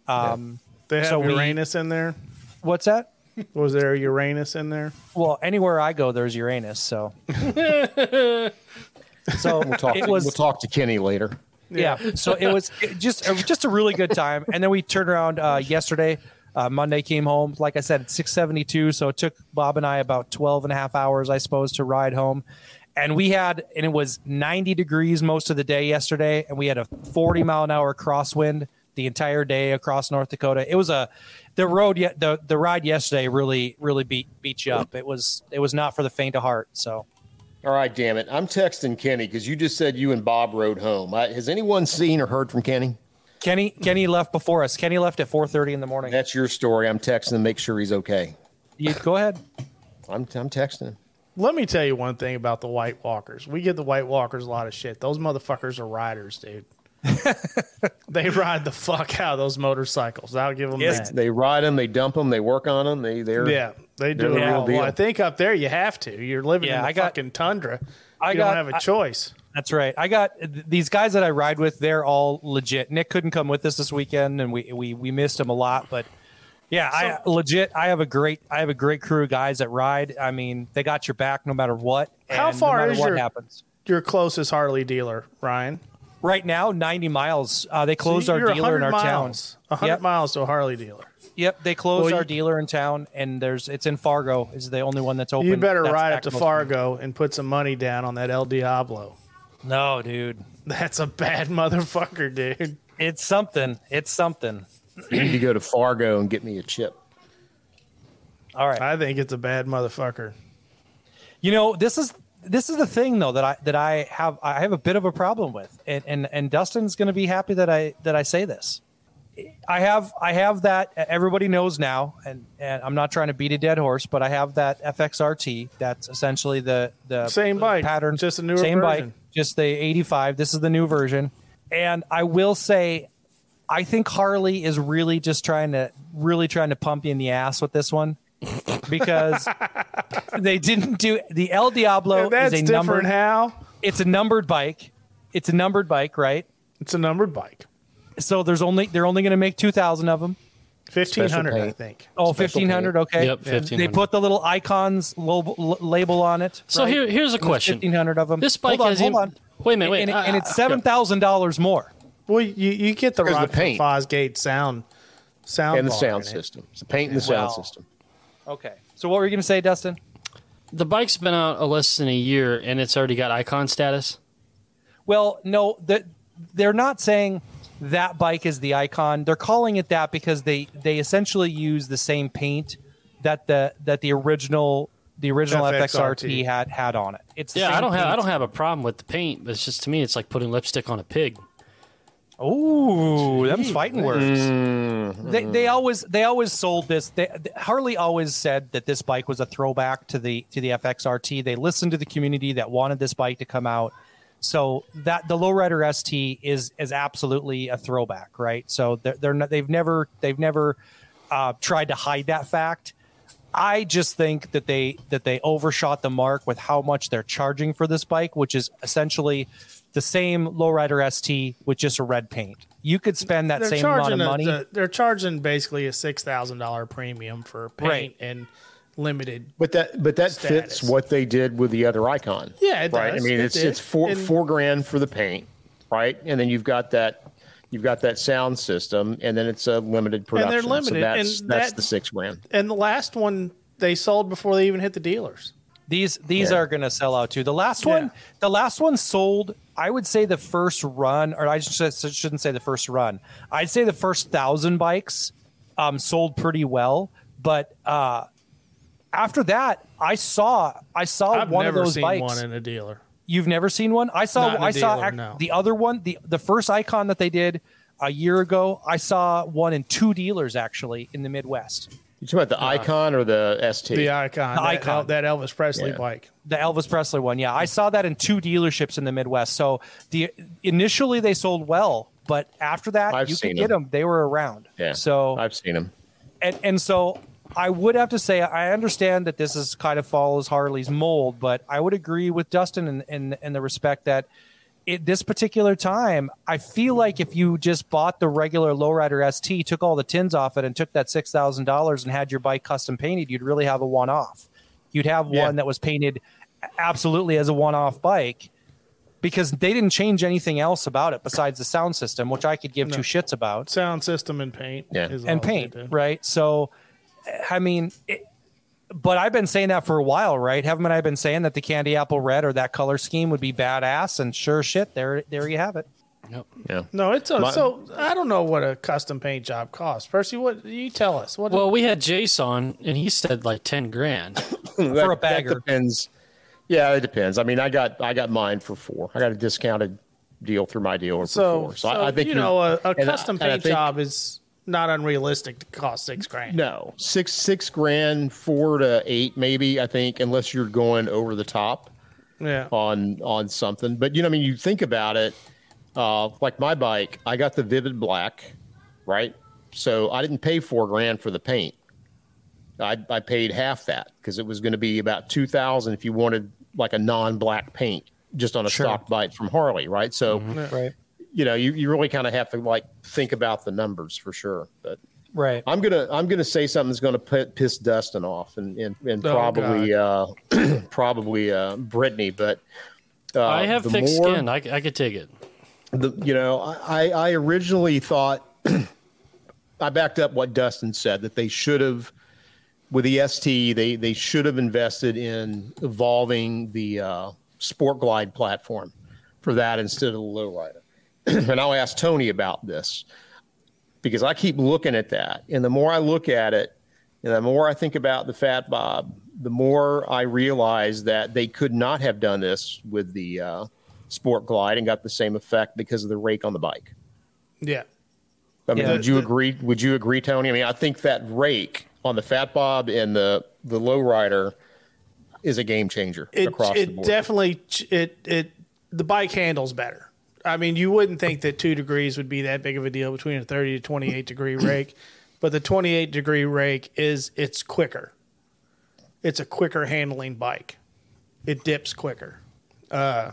[SPEAKER 4] Um,
[SPEAKER 2] They have
[SPEAKER 4] So we-
[SPEAKER 2] Uranus in there.
[SPEAKER 4] What's that?
[SPEAKER 2] Was there Uranus in there?
[SPEAKER 4] Well, anywhere I go, there's Uranus. So, so
[SPEAKER 3] We'll talk.
[SPEAKER 4] it
[SPEAKER 3] to,
[SPEAKER 4] was
[SPEAKER 3] we'll talk to Kenny later.
[SPEAKER 4] yeah. So it was it just it was just a really good time. And then we turned around uh, yesterday. Uh, Monday came home. Like I said, it's 672. So it took Bob and I about 12 and a half hours, I suppose, to ride home. And we had, and it was 90 degrees most of the day yesterday. And we had a 40 mile an hour crosswind the entire day across North Dakota. It was a, the road yet, the, the ride yesterday really, really beat, beat you up. It was, it was not for the faint of heart. So
[SPEAKER 3] All right, damn it. I'm texting Kenny because you just said you and Bob rode home. I, has anyone seen or heard from Kenny?
[SPEAKER 4] Kenny, Kenny left before us. Kenny left at 430 in the morning.
[SPEAKER 3] That's your story. I'm texting him. Make sure he's okay.
[SPEAKER 4] You, go ahead.
[SPEAKER 3] I'm, I'm texting him.
[SPEAKER 2] Let me tell you one thing about the White Walkers. We give the White Walkers a lot of shit. Those motherfuckers are riders, dude. they ride the fuck out of those motorcycles. I'll give them that.
[SPEAKER 3] They ride him. They dump him. They work on him. They they're
[SPEAKER 2] yeah, they do
[SPEAKER 3] They're the
[SPEAKER 2] it all.
[SPEAKER 3] real
[SPEAKER 2] Well,
[SPEAKER 3] deal.
[SPEAKER 2] I think up there you have to. You're living
[SPEAKER 4] Yeah,
[SPEAKER 2] in the
[SPEAKER 4] I got-
[SPEAKER 2] fucking tundra.
[SPEAKER 4] I
[SPEAKER 2] you
[SPEAKER 4] got-
[SPEAKER 2] don't have a
[SPEAKER 4] I-
[SPEAKER 2] choice.
[SPEAKER 4] That's right. I got th- these guys that I ride with. They're all legit. Nick couldn't come with us this weekend, and we we, we missed him a lot. But yeah, I legit. I have a great I have a great crew of guys that ride. I mean, they got your back no matter what.
[SPEAKER 2] How
[SPEAKER 4] and no
[SPEAKER 2] far
[SPEAKER 4] matter
[SPEAKER 2] is
[SPEAKER 4] what
[SPEAKER 2] your-
[SPEAKER 4] happens?
[SPEAKER 2] Your closest Harley dealer, Ryan.
[SPEAKER 4] Right now, ninety miles. Uh, they closed
[SPEAKER 2] So
[SPEAKER 4] our
[SPEAKER 2] you're
[SPEAKER 4] dealer in
[SPEAKER 2] 100
[SPEAKER 4] our
[SPEAKER 2] miles,
[SPEAKER 4] town.
[SPEAKER 2] 100
[SPEAKER 4] Yep.
[SPEAKER 2] miles to a Harley dealer.
[SPEAKER 4] Yep, they closed
[SPEAKER 2] Well,
[SPEAKER 4] our
[SPEAKER 2] you-
[SPEAKER 4] dealer in town, and there's it's in Fargo. Is the only one that's open.
[SPEAKER 2] You better
[SPEAKER 4] That's
[SPEAKER 2] ride
[SPEAKER 4] back
[SPEAKER 2] up to
[SPEAKER 4] most-
[SPEAKER 2] Fargo and put some money down on that El Diablo.
[SPEAKER 4] No, dude,
[SPEAKER 2] That's a bad motherfucker, dude.
[SPEAKER 4] it's something. It's something.
[SPEAKER 3] You need to go to Fargo and get me a chip.
[SPEAKER 4] All right.
[SPEAKER 2] I think it's a bad motherfucker.
[SPEAKER 4] You know, this is this is the thing though that I that I have I have a bit of a problem with, and and and Dustin's going to be happy that I that I say this. I have I have that e, everybody knows now, and and I'm not trying to beat a dead horse, but I have that FXRT. That's essentially the the
[SPEAKER 2] Same bike,
[SPEAKER 4] pattern,
[SPEAKER 2] just a newer
[SPEAKER 4] same
[SPEAKER 2] version.
[SPEAKER 4] bike, just the 85. This is the new version, and I will say. I think Harley is really just trying to really trying to pump you in the ass with this one because they didn't do the El Diablo
[SPEAKER 2] That's
[SPEAKER 4] is a
[SPEAKER 2] different.
[SPEAKER 4] numbered
[SPEAKER 2] How?
[SPEAKER 4] it's a numbered bike. It's a numbered bike, right?
[SPEAKER 2] It's a numbered bike.
[SPEAKER 4] So there's only they're only going to make 2000 of them.
[SPEAKER 2] Fifteen hundred,
[SPEAKER 3] Special
[SPEAKER 2] I
[SPEAKER 3] paint.
[SPEAKER 2] think.
[SPEAKER 4] Oh,
[SPEAKER 3] Special
[SPEAKER 4] 1500,
[SPEAKER 3] paint.
[SPEAKER 4] okay.
[SPEAKER 1] Yep,
[SPEAKER 4] Yeah. They
[SPEAKER 1] 1500.
[SPEAKER 4] put the little icons lobo, l- label on it.
[SPEAKER 1] So
[SPEAKER 4] right?
[SPEAKER 1] here, here's a
[SPEAKER 4] There's
[SPEAKER 1] question.
[SPEAKER 4] 1500 of them.
[SPEAKER 1] This bike
[SPEAKER 4] hold on,
[SPEAKER 1] has
[SPEAKER 4] hold
[SPEAKER 1] even-
[SPEAKER 4] on.
[SPEAKER 1] Wait a minute, wait. uh,
[SPEAKER 4] And,
[SPEAKER 1] I-
[SPEAKER 4] and it's
[SPEAKER 1] I-
[SPEAKER 4] $7,000 more.
[SPEAKER 2] Well, you, you get the
[SPEAKER 3] Because the
[SPEAKER 2] Rock from
[SPEAKER 3] paint.
[SPEAKER 2] Fosgate sound sound
[SPEAKER 3] and the
[SPEAKER 2] bar
[SPEAKER 3] sound
[SPEAKER 2] in it.
[SPEAKER 3] system. It's the paint and the sound
[SPEAKER 4] Wow.
[SPEAKER 3] system.
[SPEAKER 4] Okay. So what were you going to say, Dustin?
[SPEAKER 1] The bike's been out a less than a year and it's already got icon status.
[SPEAKER 4] Well, no, the, they're not saying that bike is the icon. They're calling it that because they they essentially use the same paint that the that the original the original
[SPEAKER 2] FXRT.
[SPEAKER 4] FXRT had had on it. It's the
[SPEAKER 1] Yeah, I
[SPEAKER 4] same
[SPEAKER 1] don't have I
[SPEAKER 4] paint.
[SPEAKER 1] don't have a problem with the paint, but it's just to me it's like putting lipstick on a pig.
[SPEAKER 4] Ooh, them's fighting words. They, they always they always sold this. They, they- Harley always said that this bike was a throwback to the to the FXRT. They listened to the community that wanted this bike to come out. So that the lowrider ST is is absolutely a throwback, right? So they're, they're not, they've never they've never uh, tried to hide that fact. I just think that they that they overshot the mark with how much they're charging for this bike, which is essentially the same lowrider ST with just a red paint. You could spend that same amount of
[SPEAKER 2] a-
[SPEAKER 4] money.
[SPEAKER 2] the- they're charging basically a six thousand dollar premium for paint
[SPEAKER 4] Right.
[SPEAKER 2] and limited.
[SPEAKER 3] But that but that
[SPEAKER 2] Status.
[SPEAKER 3] fits what they did with the other icon.
[SPEAKER 2] Yeah, it
[SPEAKER 3] right.
[SPEAKER 2] does.
[SPEAKER 3] I mean,
[SPEAKER 2] It
[SPEAKER 3] it's
[SPEAKER 2] did.
[SPEAKER 3] it's four
[SPEAKER 2] And-
[SPEAKER 3] four grand for the paint, right? And then you've got that you've got that sound system, and then it's a limited production. So
[SPEAKER 2] limited,
[SPEAKER 3] that's
[SPEAKER 2] and
[SPEAKER 3] that's
[SPEAKER 2] that-
[SPEAKER 3] the six grand.
[SPEAKER 2] And the last one they sold before they even hit the dealers.
[SPEAKER 4] These these
[SPEAKER 3] Yeah.
[SPEAKER 4] are going to sell out too. The last
[SPEAKER 2] Yeah.
[SPEAKER 4] one, the last one sold. I would say the first run, or I just shouldn't say the first run. I'd say the first thousand bikes um, sold pretty well, but uh, after that, I saw I saw
[SPEAKER 2] I've
[SPEAKER 4] Oh, one
[SPEAKER 2] never
[SPEAKER 4] of those
[SPEAKER 2] seen
[SPEAKER 4] bikes.
[SPEAKER 2] one in a dealer.
[SPEAKER 4] You've never seen one? I saw
[SPEAKER 2] Not in a
[SPEAKER 4] I saw
[SPEAKER 2] dealer,
[SPEAKER 4] ac-
[SPEAKER 2] no.
[SPEAKER 4] the other one, the the first icon that they did a year ago. I saw one in two dealers actually in the Midwest.
[SPEAKER 3] You talking about the icon or the ST?
[SPEAKER 2] The icon,
[SPEAKER 4] The
[SPEAKER 2] that,
[SPEAKER 4] Icon.
[SPEAKER 2] that Elvis Presley
[SPEAKER 3] Yeah.
[SPEAKER 2] bike.
[SPEAKER 4] The Elvis Presley one, yeah, I saw that in two dealerships in the Midwest. So the initially they sold well, but after that
[SPEAKER 3] I've
[SPEAKER 4] you could
[SPEAKER 3] seen
[SPEAKER 4] get
[SPEAKER 3] them.
[SPEAKER 4] them. They were around.
[SPEAKER 3] yeah.
[SPEAKER 4] So
[SPEAKER 3] I've seen them.
[SPEAKER 4] and and so I would have to say I understand that this is kind of follows Harley's mold, but I would agree with Dustin in in, in the respect that at this particular time, I feel like if you just bought the regular lowrider ST, took all the tins off it, and took that six thousand dollars and had your bike custom painted, you'd really have a one off. You'd have
[SPEAKER 2] Yeah.
[SPEAKER 4] one that was painted absolutely as a one off bike because they didn't change anything else about it besides the sound system, which I could give two shits about
[SPEAKER 2] Sound system and paint.
[SPEAKER 3] Yeah.
[SPEAKER 2] is
[SPEAKER 4] and
[SPEAKER 2] all they
[SPEAKER 4] paint,
[SPEAKER 2] do.
[SPEAKER 4] right? So, I mean, it, but I've been saying that for a while, right? Haven't I been saying that the candy apple red or that color scheme would be badass? And sure, shit, there, there you have it.
[SPEAKER 3] Yeah.
[SPEAKER 2] No, it's a,
[SPEAKER 3] My-
[SPEAKER 2] so I don't know what a custom paint job costs. Percy, what you tell us? What
[SPEAKER 1] Well, we had Jace on, and he said like ten grand.
[SPEAKER 3] Hmm, That-
[SPEAKER 4] For a
[SPEAKER 3] that
[SPEAKER 4] bagger.
[SPEAKER 3] depends. Yeah, it depends. I mean, I got I got mine for four. I got a discounted deal through my dealer
[SPEAKER 2] so,
[SPEAKER 3] for
[SPEAKER 2] so,
[SPEAKER 3] four. So, I, I think
[SPEAKER 2] you know a, a
[SPEAKER 3] and I-
[SPEAKER 2] custom
[SPEAKER 3] and I
[SPEAKER 2] paint
[SPEAKER 3] think-
[SPEAKER 2] job is not unrealistic to cost six grand.
[SPEAKER 3] No, six six grand, four to eight maybe. I think unless you're going over the top
[SPEAKER 2] Yeah,
[SPEAKER 3] on on something. But you know, I mean, you think about it. Uh, like my bike, I got the vivid black, right? So I didn't pay four grand for the paint. I, I paid half that because it was going to be about two thousand if you wanted like a non-black paint just on a
[SPEAKER 4] Sure. Mm-hmm.
[SPEAKER 3] stock bike from Harley, right? So
[SPEAKER 4] Right,
[SPEAKER 3] you know, you, you really kind of have to like think about the numbers for sure. But
[SPEAKER 4] right.
[SPEAKER 3] I'm gonna I'm gonna say something that's gonna put, piss Dustin off and and, and
[SPEAKER 2] Oh,
[SPEAKER 3] probably uh, probably uh, Brittany, but uh,
[SPEAKER 1] I have
[SPEAKER 3] the
[SPEAKER 1] thick
[SPEAKER 3] more-
[SPEAKER 1] skin. I, c- I could take it.
[SPEAKER 3] The, you know, I I originally thought I backed up what Dustin said that they should have with the ST they they should have invested in evolving the uh, Sport Glide platform for that instead of the lowrider. and I'll ask Tony about this because I keep looking at that, and the more I look at it, and the more I think about the Fat Bob, the more I realize that they could not have done this with the uh, Sport Glide and got the same effect because of the rake on the bike.
[SPEAKER 2] yeah.
[SPEAKER 3] I mean,
[SPEAKER 4] Yeah.
[SPEAKER 3] would you agree? Would you agree, Tony? I mean, I think that rake on the Fat Bob and the the Lowrider is a game changer
[SPEAKER 2] It
[SPEAKER 3] across
[SPEAKER 2] it
[SPEAKER 3] the board.
[SPEAKER 2] definitely ch- it it the bike handles better. I mean, you wouldn't think that two degrees would be that big of a deal between a thirty to twenty eight degree rake, but the twenty eight degree rake is it's quicker. It's a quicker handling bike. It dips quicker,
[SPEAKER 3] yeah.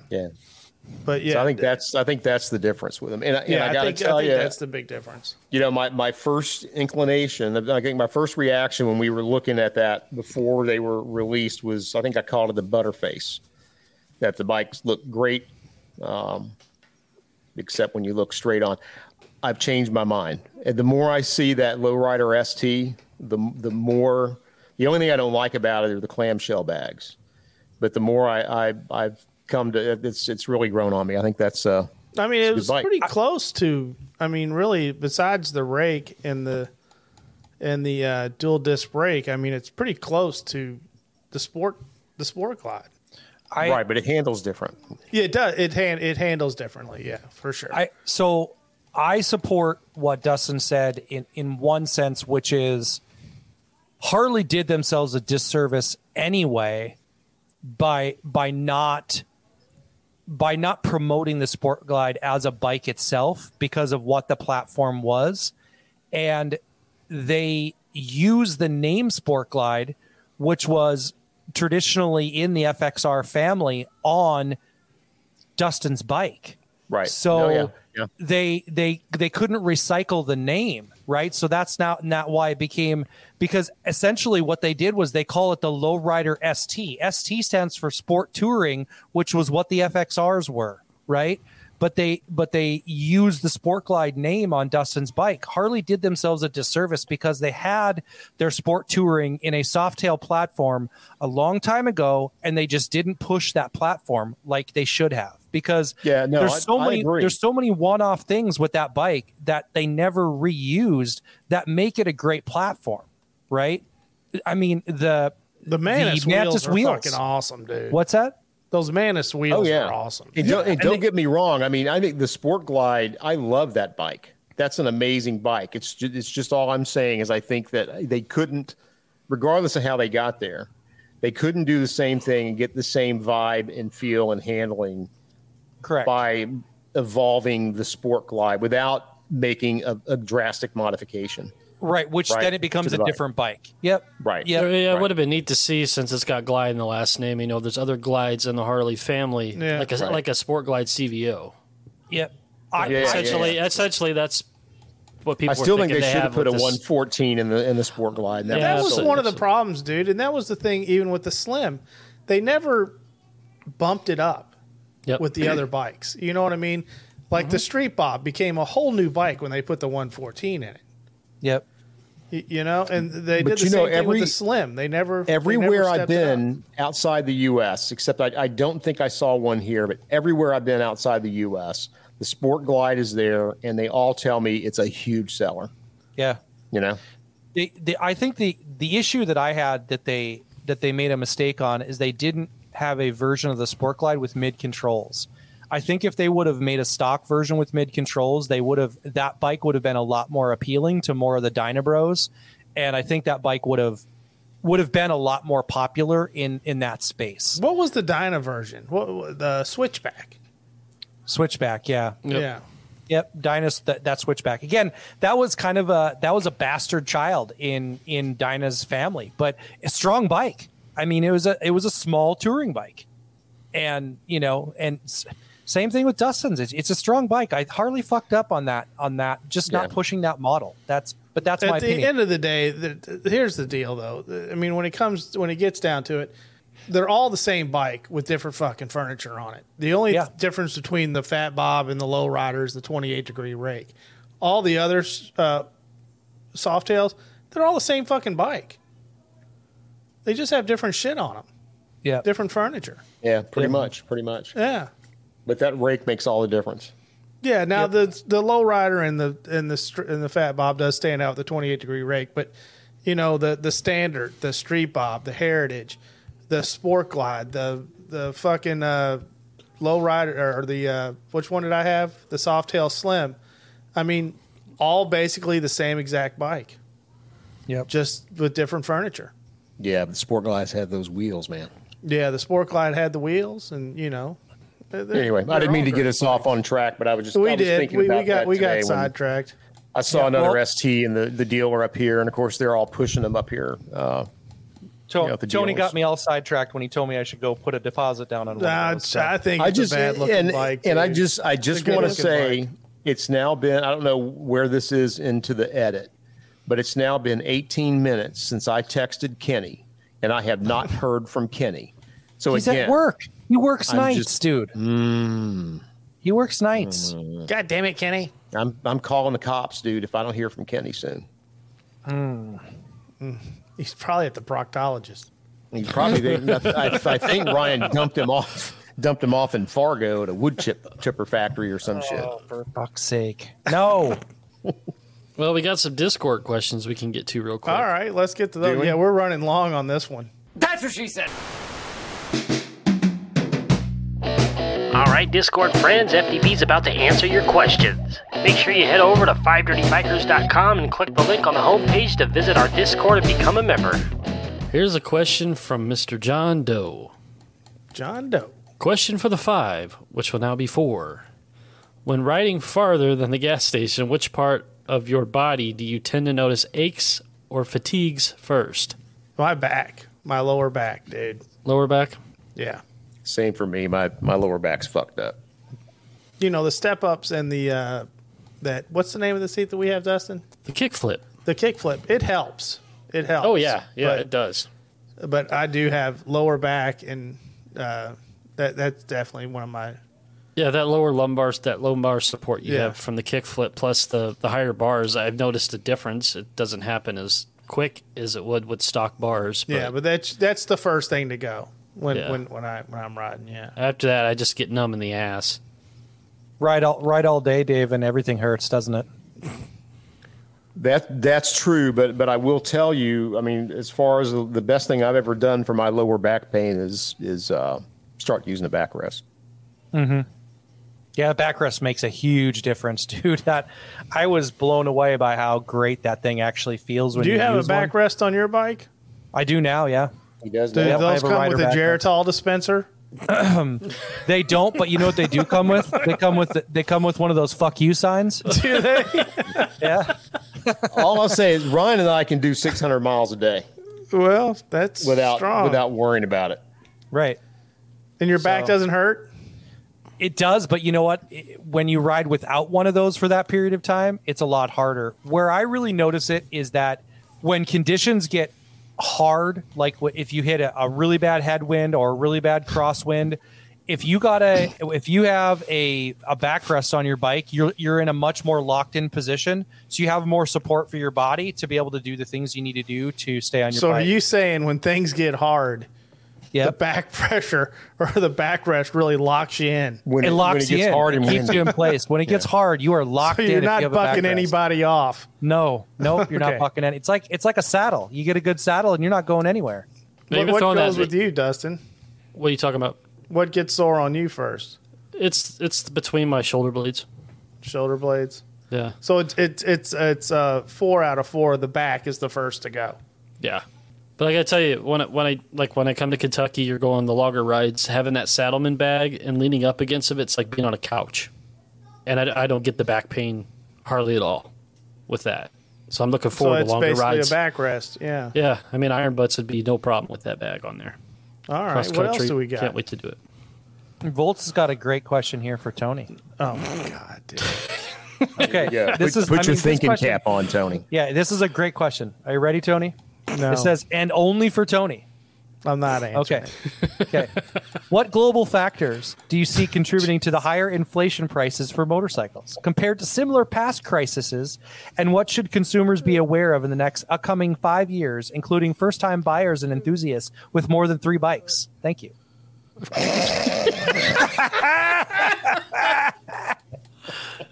[SPEAKER 2] but yeah,
[SPEAKER 3] So I think that's I think that's the difference with them. And, I- and
[SPEAKER 2] yeah.
[SPEAKER 3] I
[SPEAKER 2] I,
[SPEAKER 3] got to
[SPEAKER 2] think,
[SPEAKER 3] tell
[SPEAKER 2] I think
[SPEAKER 3] you,
[SPEAKER 2] that's the big difference.
[SPEAKER 3] you know, my, my first inclination, I think my first reaction when we were looking at that before they were released was I think I called it the butterface. That the bikes look great, um, except when you look straight on. I've changed my mind. And the more I see that lowrider ST, the the more the only thing I don't like about it are the clamshell bags. But the more I, I I've come to it's it's really grown on me. I think that's uh
[SPEAKER 2] I mean, it
[SPEAKER 3] good
[SPEAKER 2] was
[SPEAKER 3] bike.
[SPEAKER 2] pretty close to. I mean, really, besides the rake and the and the uh, dual disc brake, I mean, it's pretty close to the sport the sport glide.
[SPEAKER 4] I,
[SPEAKER 3] right, but it handles different.
[SPEAKER 2] Yeah, it does. It hand it handles differently. Yeah, for sure.
[SPEAKER 4] I so I support what Dustin said in in one sense, which is Harley did themselves a disservice anyway by by not by not promoting the Sport Glide as a bike itself because of what the platform was, and they use the name Sport Glide which was traditionally in the FXR family on Dustin's bike.
[SPEAKER 3] Right.
[SPEAKER 4] So
[SPEAKER 3] No, yeah. Yeah.
[SPEAKER 4] they they they couldn't recycle the name, right? So that's not not why it became because essentially what they did was they call it the Lowrider ST. ST stands for Sport Touring, which was what the FXRs were, right? But they but they used the Sport Glide name on Dustin's bike. Harley did themselves a disservice because they had their Sport Touring in a softtail platform a long time ago, and they just didn't push that platform like they should have because
[SPEAKER 3] Yeah, no,
[SPEAKER 4] there's
[SPEAKER 3] I-
[SPEAKER 4] so
[SPEAKER 3] I
[SPEAKER 4] many
[SPEAKER 3] agree.
[SPEAKER 4] there's so many one-off things with that bike that they never reused that make it a great platform, right? I mean the
[SPEAKER 2] The Manus wheels
[SPEAKER 4] Mantis
[SPEAKER 2] are
[SPEAKER 4] wheels.
[SPEAKER 2] fucking awesome, dude.
[SPEAKER 4] what's that?
[SPEAKER 2] Those Manus wheels
[SPEAKER 3] Oh yeah,
[SPEAKER 2] are awesome.
[SPEAKER 3] And don't, and don't get me wrong. I mean, I think the Sport Glide. I love that bike. That's an amazing bike. It's just, it's just all I'm saying is I think that they couldn't, regardless of how they got there, they couldn't do the same thing and get the same vibe and feel and handling
[SPEAKER 4] Correct.
[SPEAKER 3] by evolving the Sport Glide without making a, a drastic modification.
[SPEAKER 4] Right, which
[SPEAKER 3] Right,
[SPEAKER 4] then it becomes
[SPEAKER 3] to
[SPEAKER 4] a
[SPEAKER 3] the bike.
[SPEAKER 4] different bike. Yep.
[SPEAKER 3] Right.
[SPEAKER 1] Uh, Yeah,
[SPEAKER 4] Yep.
[SPEAKER 1] it would have been neat to see since it's got Glide in the last name. You know, there's other glides in the Harley family,
[SPEAKER 2] Yeah.
[SPEAKER 1] like a
[SPEAKER 3] Right.
[SPEAKER 1] like a Sport Glide CVO.
[SPEAKER 4] Yep. I,
[SPEAKER 3] Yeah, yeah, yeah.
[SPEAKER 1] essentially, essentially, that's what people.
[SPEAKER 3] I still
[SPEAKER 1] were
[SPEAKER 3] think
[SPEAKER 1] thinking
[SPEAKER 3] they should
[SPEAKER 1] have
[SPEAKER 3] have put a
[SPEAKER 1] with this.
[SPEAKER 3] 114 in the in the Sport Glide. and
[SPEAKER 1] Yeah,
[SPEAKER 2] that was
[SPEAKER 1] absolutely.
[SPEAKER 2] one of the problems, dude. And that was the thing, even with the Slim, they never bumped it up
[SPEAKER 1] Yep.
[SPEAKER 2] with the other bikes. You know what I mean? Like
[SPEAKER 3] Mm-hmm.
[SPEAKER 2] the Street Bob became a whole new bike when they put the 114 in it.
[SPEAKER 4] Yep.
[SPEAKER 2] Y- You know, and they
[SPEAKER 3] But
[SPEAKER 2] did the
[SPEAKER 3] you
[SPEAKER 2] same
[SPEAKER 3] know,
[SPEAKER 2] thing with
[SPEAKER 3] every-
[SPEAKER 2] the Slim. They never they never
[SPEAKER 3] everywhere I've
[SPEAKER 2] stepped it up.
[SPEAKER 3] been outside the U.S., except I, I don't think I saw one here, but everywhere I've been outside the U.S., the Sport Glide is there, and they all tell me it's a huge seller.
[SPEAKER 4] Yeah.
[SPEAKER 3] You know,
[SPEAKER 4] the, the I think the the issue that I had that they that they made a mistake on is they didn't have a version of the Sport Glide with mid controls. I think if they would have made a stock version with mid controls, they would have that bike would have been a lot more appealing to more of the Dynabros, and I think that bike would have would have been a lot more popular in in that space.
[SPEAKER 2] What was the Dyna version? What- What the Switchback?
[SPEAKER 4] Switchback, yeah.
[SPEAKER 1] Yep.
[SPEAKER 2] Yeah.
[SPEAKER 4] Yep, Dinah's that, that switchback again. That was kind of a that was a bastard child in in Dinah's family, but a strong bike. I mean, it was a it was a small touring bike, and you know, and s- same thing with Dustin's. It's, it's a strong bike. I hardly fucked up on that on that. Just not
[SPEAKER 3] Yeah.
[SPEAKER 4] pushing that model. That's but that's my
[SPEAKER 2] At the
[SPEAKER 4] opinion.
[SPEAKER 2] end of the day, the, the- here's the deal, though. The- I mean, when it comes when it gets down to it, they're all the same bike with different fucking furniture on it. The only
[SPEAKER 4] Yeah.
[SPEAKER 2] difference between the Fat Bob and the Low Rider is the 28 degree rake. All the other uh, Softails, they're all the same fucking bike. They just have different shit on them,
[SPEAKER 4] yeah,
[SPEAKER 2] different furniture.
[SPEAKER 3] yeah, pretty much, pretty much.
[SPEAKER 2] Yeah.
[SPEAKER 3] But that rake makes all the difference.
[SPEAKER 2] Yeah, now the the low rider and the and the str- and the fat bob does stand out with the 28 degree rake, but you know the the standard, the street bob, the heritage, the sport glide, the the fucking uh, low rider or the uh, which one did I have? The softail slim. I mean, all basically the same exact bike,
[SPEAKER 4] yep.
[SPEAKER 2] just with different furniture.
[SPEAKER 3] Yeah, but the Sport Glides had those wheels, man.
[SPEAKER 2] Yeah, the sport glide had the wheels, and you know. they're- they're-
[SPEAKER 3] Anyway, I
[SPEAKER 2] they're
[SPEAKER 3] didn't mean to
[SPEAKER 2] all
[SPEAKER 3] get
[SPEAKER 2] great.
[SPEAKER 3] us off on track, but I was just I
[SPEAKER 2] We
[SPEAKER 3] was
[SPEAKER 2] did.
[SPEAKER 3] thinking
[SPEAKER 2] We, we
[SPEAKER 3] about
[SPEAKER 2] got
[SPEAKER 3] that
[SPEAKER 2] we got
[SPEAKER 3] today when
[SPEAKER 2] sidetracked.
[SPEAKER 3] I saw
[SPEAKER 4] Yeah,
[SPEAKER 3] another
[SPEAKER 4] well-
[SPEAKER 3] ST and the, the dealer up here, and of course they're all pushing them up here. Uh,
[SPEAKER 4] To-
[SPEAKER 3] Yeah, the
[SPEAKER 4] Tony
[SPEAKER 3] dealers.
[SPEAKER 4] got me all sidetracked when he told me I should go put a deposit down on one.
[SPEAKER 2] I,
[SPEAKER 4] of those, so-
[SPEAKER 2] I think
[SPEAKER 3] I
[SPEAKER 2] it's
[SPEAKER 3] just
[SPEAKER 2] a bad looking
[SPEAKER 3] and,
[SPEAKER 2] bike.
[SPEAKER 3] and I
[SPEAKER 2] dude.
[SPEAKER 3] just I just
[SPEAKER 2] good
[SPEAKER 3] want to
[SPEAKER 2] looking
[SPEAKER 3] say
[SPEAKER 2] bike.
[SPEAKER 3] it's now been I don't know where this is into the edit, but it's now been 18 minutes since I texted Kenny, and I have not heard from Kenny. So
[SPEAKER 4] He's
[SPEAKER 3] again,
[SPEAKER 4] at work. He works
[SPEAKER 3] I'm
[SPEAKER 4] nights,
[SPEAKER 3] just- Mm.
[SPEAKER 4] dude. He works nights.
[SPEAKER 2] God damn it, Kenny.
[SPEAKER 3] I'm I'm calling the cops, dude. If I don't hear from Kenny soon,
[SPEAKER 2] He's probably at the proctologist.
[SPEAKER 3] he probably didn't- I, I think Ryan dumped him off dumped him off in Fargo at a wood chip chipper factory or some shit.
[SPEAKER 2] Oh.
[SPEAKER 4] For fuck's sake. No.
[SPEAKER 1] Well, we got some Discord questions we can get to real quick.
[SPEAKER 2] All right, let's get to those.
[SPEAKER 3] we?
[SPEAKER 2] Yeah, we're running long on this one.
[SPEAKER 5] That's what she said. All right, Discord friends, FDB's about to answer your questions. Make sure you head over to 5dirtybikers.com and click the link on the homepage to visit our Discord and become a member.
[SPEAKER 1] Here's a question from Mr. John Doe.
[SPEAKER 2] John Doe.
[SPEAKER 1] Question for the five, which will now be four. When riding farther than the gas station, which part of your body do you tend to notice aches or fatigues first?
[SPEAKER 2] My back. my lower back, dude.
[SPEAKER 1] Lower back.
[SPEAKER 2] Yeah.
[SPEAKER 3] Same for me. My my lower back's fucked up.
[SPEAKER 2] You know, the step ups and the, uh, that, what's the name of the seat that we have, Dustin?
[SPEAKER 1] The kickflip.
[SPEAKER 2] The kickflip. It helps. It helps.
[SPEAKER 1] Oh yeah, yeah,
[SPEAKER 2] But-
[SPEAKER 1] it does.
[SPEAKER 2] but I do have lower back, and uh, that that's definitely one of my.
[SPEAKER 1] Yeah, that lower lumbar, that lumbar support you
[SPEAKER 2] Yeah.
[SPEAKER 1] have from the kickflip plus the the higher bars, I've noticed a difference. It doesn't happen as quick as it would with stock bars. But
[SPEAKER 2] Yeah, but that's that's the first thing to go when
[SPEAKER 1] Yeah.
[SPEAKER 2] when, when I when I'm riding. Yeah,
[SPEAKER 1] after that, I just get numb in the ass.
[SPEAKER 4] Ride all ride all day, Dave, and everything hurts, doesn't it?
[SPEAKER 3] That that's true, but but I will tell you. I mean, as far as the, the best thing I've ever done for my lower back pain is is uh, start using a backrest.
[SPEAKER 4] Yeah, backrest makes a huge difference, dude. That I was blown away by how great that thing actually feels when
[SPEAKER 2] do you, have a
[SPEAKER 4] use one.
[SPEAKER 2] backrest on your bike?
[SPEAKER 4] I do now. Yeah,
[SPEAKER 3] He does.
[SPEAKER 2] Do
[SPEAKER 3] now.
[SPEAKER 4] I
[SPEAKER 2] those
[SPEAKER 4] have a
[SPEAKER 2] come
[SPEAKER 4] rider
[SPEAKER 2] with a
[SPEAKER 4] backrest.
[SPEAKER 2] Geritol dispenser?
[SPEAKER 4] they don't, but you know what they do come with? They come with they come with one of those "fuck you" signs.
[SPEAKER 2] Do they?
[SPEAKER 4] Yeah,
[SPEAKER 3] All I'll say is Ryan and I can do 600 miles a day
[SPEAKER 2] well, that's
[SPEAKER 3] without
[SPEAKER 2] strong.
[SPEAKER 3] without worrying about it.
[SPEAKER 4] right.
[SPEAKER 2] and your back
[SPEAKER 4] So-
[SPEAKER 2] doesn't hurt.
[SPEAKER 4] It does, but you know what? It- When you ride without one of those for that period of time, it's a lot harder. Where I really notice it is that when conditions get hard, like wh- if you hit a, a really bad headwind or a really bad crosswind, if you got a if you have a, a backrest on your bike, you're you're in a much more locked in position, so you have more support for your body to be able to do the things you need to do to stay on your
[SPEAKER 2] So are
[SPEAKER 4] bike.
[SPEAKER 2] you saying when things get hard, the
[SPEAKER 4] Yep.
[SPEAKER 2] back pressure or the backrest really locks you in?
[SPEAKER 3] When
[SPEAKER 4] it locks
[SPEAKER 3] when it
[SPEAKER 4] you
[SPEAKER 3] gets
[SPEAKER 4] in.
[SPEAKER 3] hard and
[SPEAKER 4] it keeps
[SPEAKER 3] windy.
[SPEAKER 4] you in place. When it gets hard, you are locked
[SPEAKER 2] So
[SPEAKER 4] in.
[SPEAKER 2] you're
[SPEAKER 4] if you
[SPEAKER 2] not
[SPEAKER 4] have a
[SPEAKER 2] bucking
[SPEAKER 4] backrest.
[SPEAKER 2] anybody off.
[SPEAKER 4] No, nope, you're
[SPEAKER 2] Okay.
[SPEAKER 4] not bucking any. It's like it's like a saddle. You get a good saddle, and you're not going anywhere.
[SPEAKER 1] Maybe
[SPEAKER 2] what
[SPEAKER 1] throwing
[SPEAKER 2] what
[SPEAKER 1] that-
[SPEAKER 2] goes with you, Dustin?
[SPEAKER 1] What are you talking about?
[SPEAKER 2] What gets sore on you first?
[SPEAKER 1] It's it's between my shoulder blades.
[SPEAKER 2] Shoulder blades.
[SPEAKER 1] Yeah,
[SPEAKER 2] So it's it's it's it's uh, four out of four. The back is the first to go.
[SPEAKER 1] yeah. But I gotta tell you, when I, when I like when I come to Kentucky, you're going the logger rides, having that saddleman bag and leaning up against it, it's like being on a couch, and I, I don't get the back pain hardly at all with that. So I'm looking
[SPEAKER 2] So
[SPEAKER 1] forward
[SPEAKER 2] it's
[SPEAKER 1] to longer
[SPEAKER 2] basically
[SPEAKER 1] rides.
[SPEAKER 2] a backrest. Yeah.
[SPEAKER 1] Yeah, I mean Iron Butts would be no problem with that bag on there.
[SPEAKER 2] All right.
[SPEAKER 1] Cross
[SPEAKER 2] What else
[SPEAKER 1] country,
[SPEAKER 2] do we got?
[SPEAKER 1] Can't wait to do it.
[SPEAKER 4] Volts has got a great question here for Tony.
[SPEAKER 2] Oh my god, dude.
[SPEAKER 4] Okay,
[SPEAKER 3] Yeah,
[SPEAKER 4] this
[SPEAKER 3] put,
[SPEAKER 4] is
[SPEAKER 3] put
[SPEAKER 4] I
[SPEAKER 3] your
[SPEAKER 4] mean, this
[SPEAKER 3] thinking
[SPEAKER 4] question-
[SPEAKER 3] cap on, Tony.
[SPEAKER 4] Yeah, this is a great question. Are you ready, Tony?
[SPEAKER 2] No,
[SPEAKER 4] It says, and only for Tony.
[SPEAKER 2] I'm not answering.
[SPEAKER 4] Okay, okay. What global factors do you see contributing to the higher inflation prices for motorcycles compared to similar past crises? And what should consumers be aware of in the next upcoming five years, including first-time buyers and enthusiasts with more than three bikes? Thank you.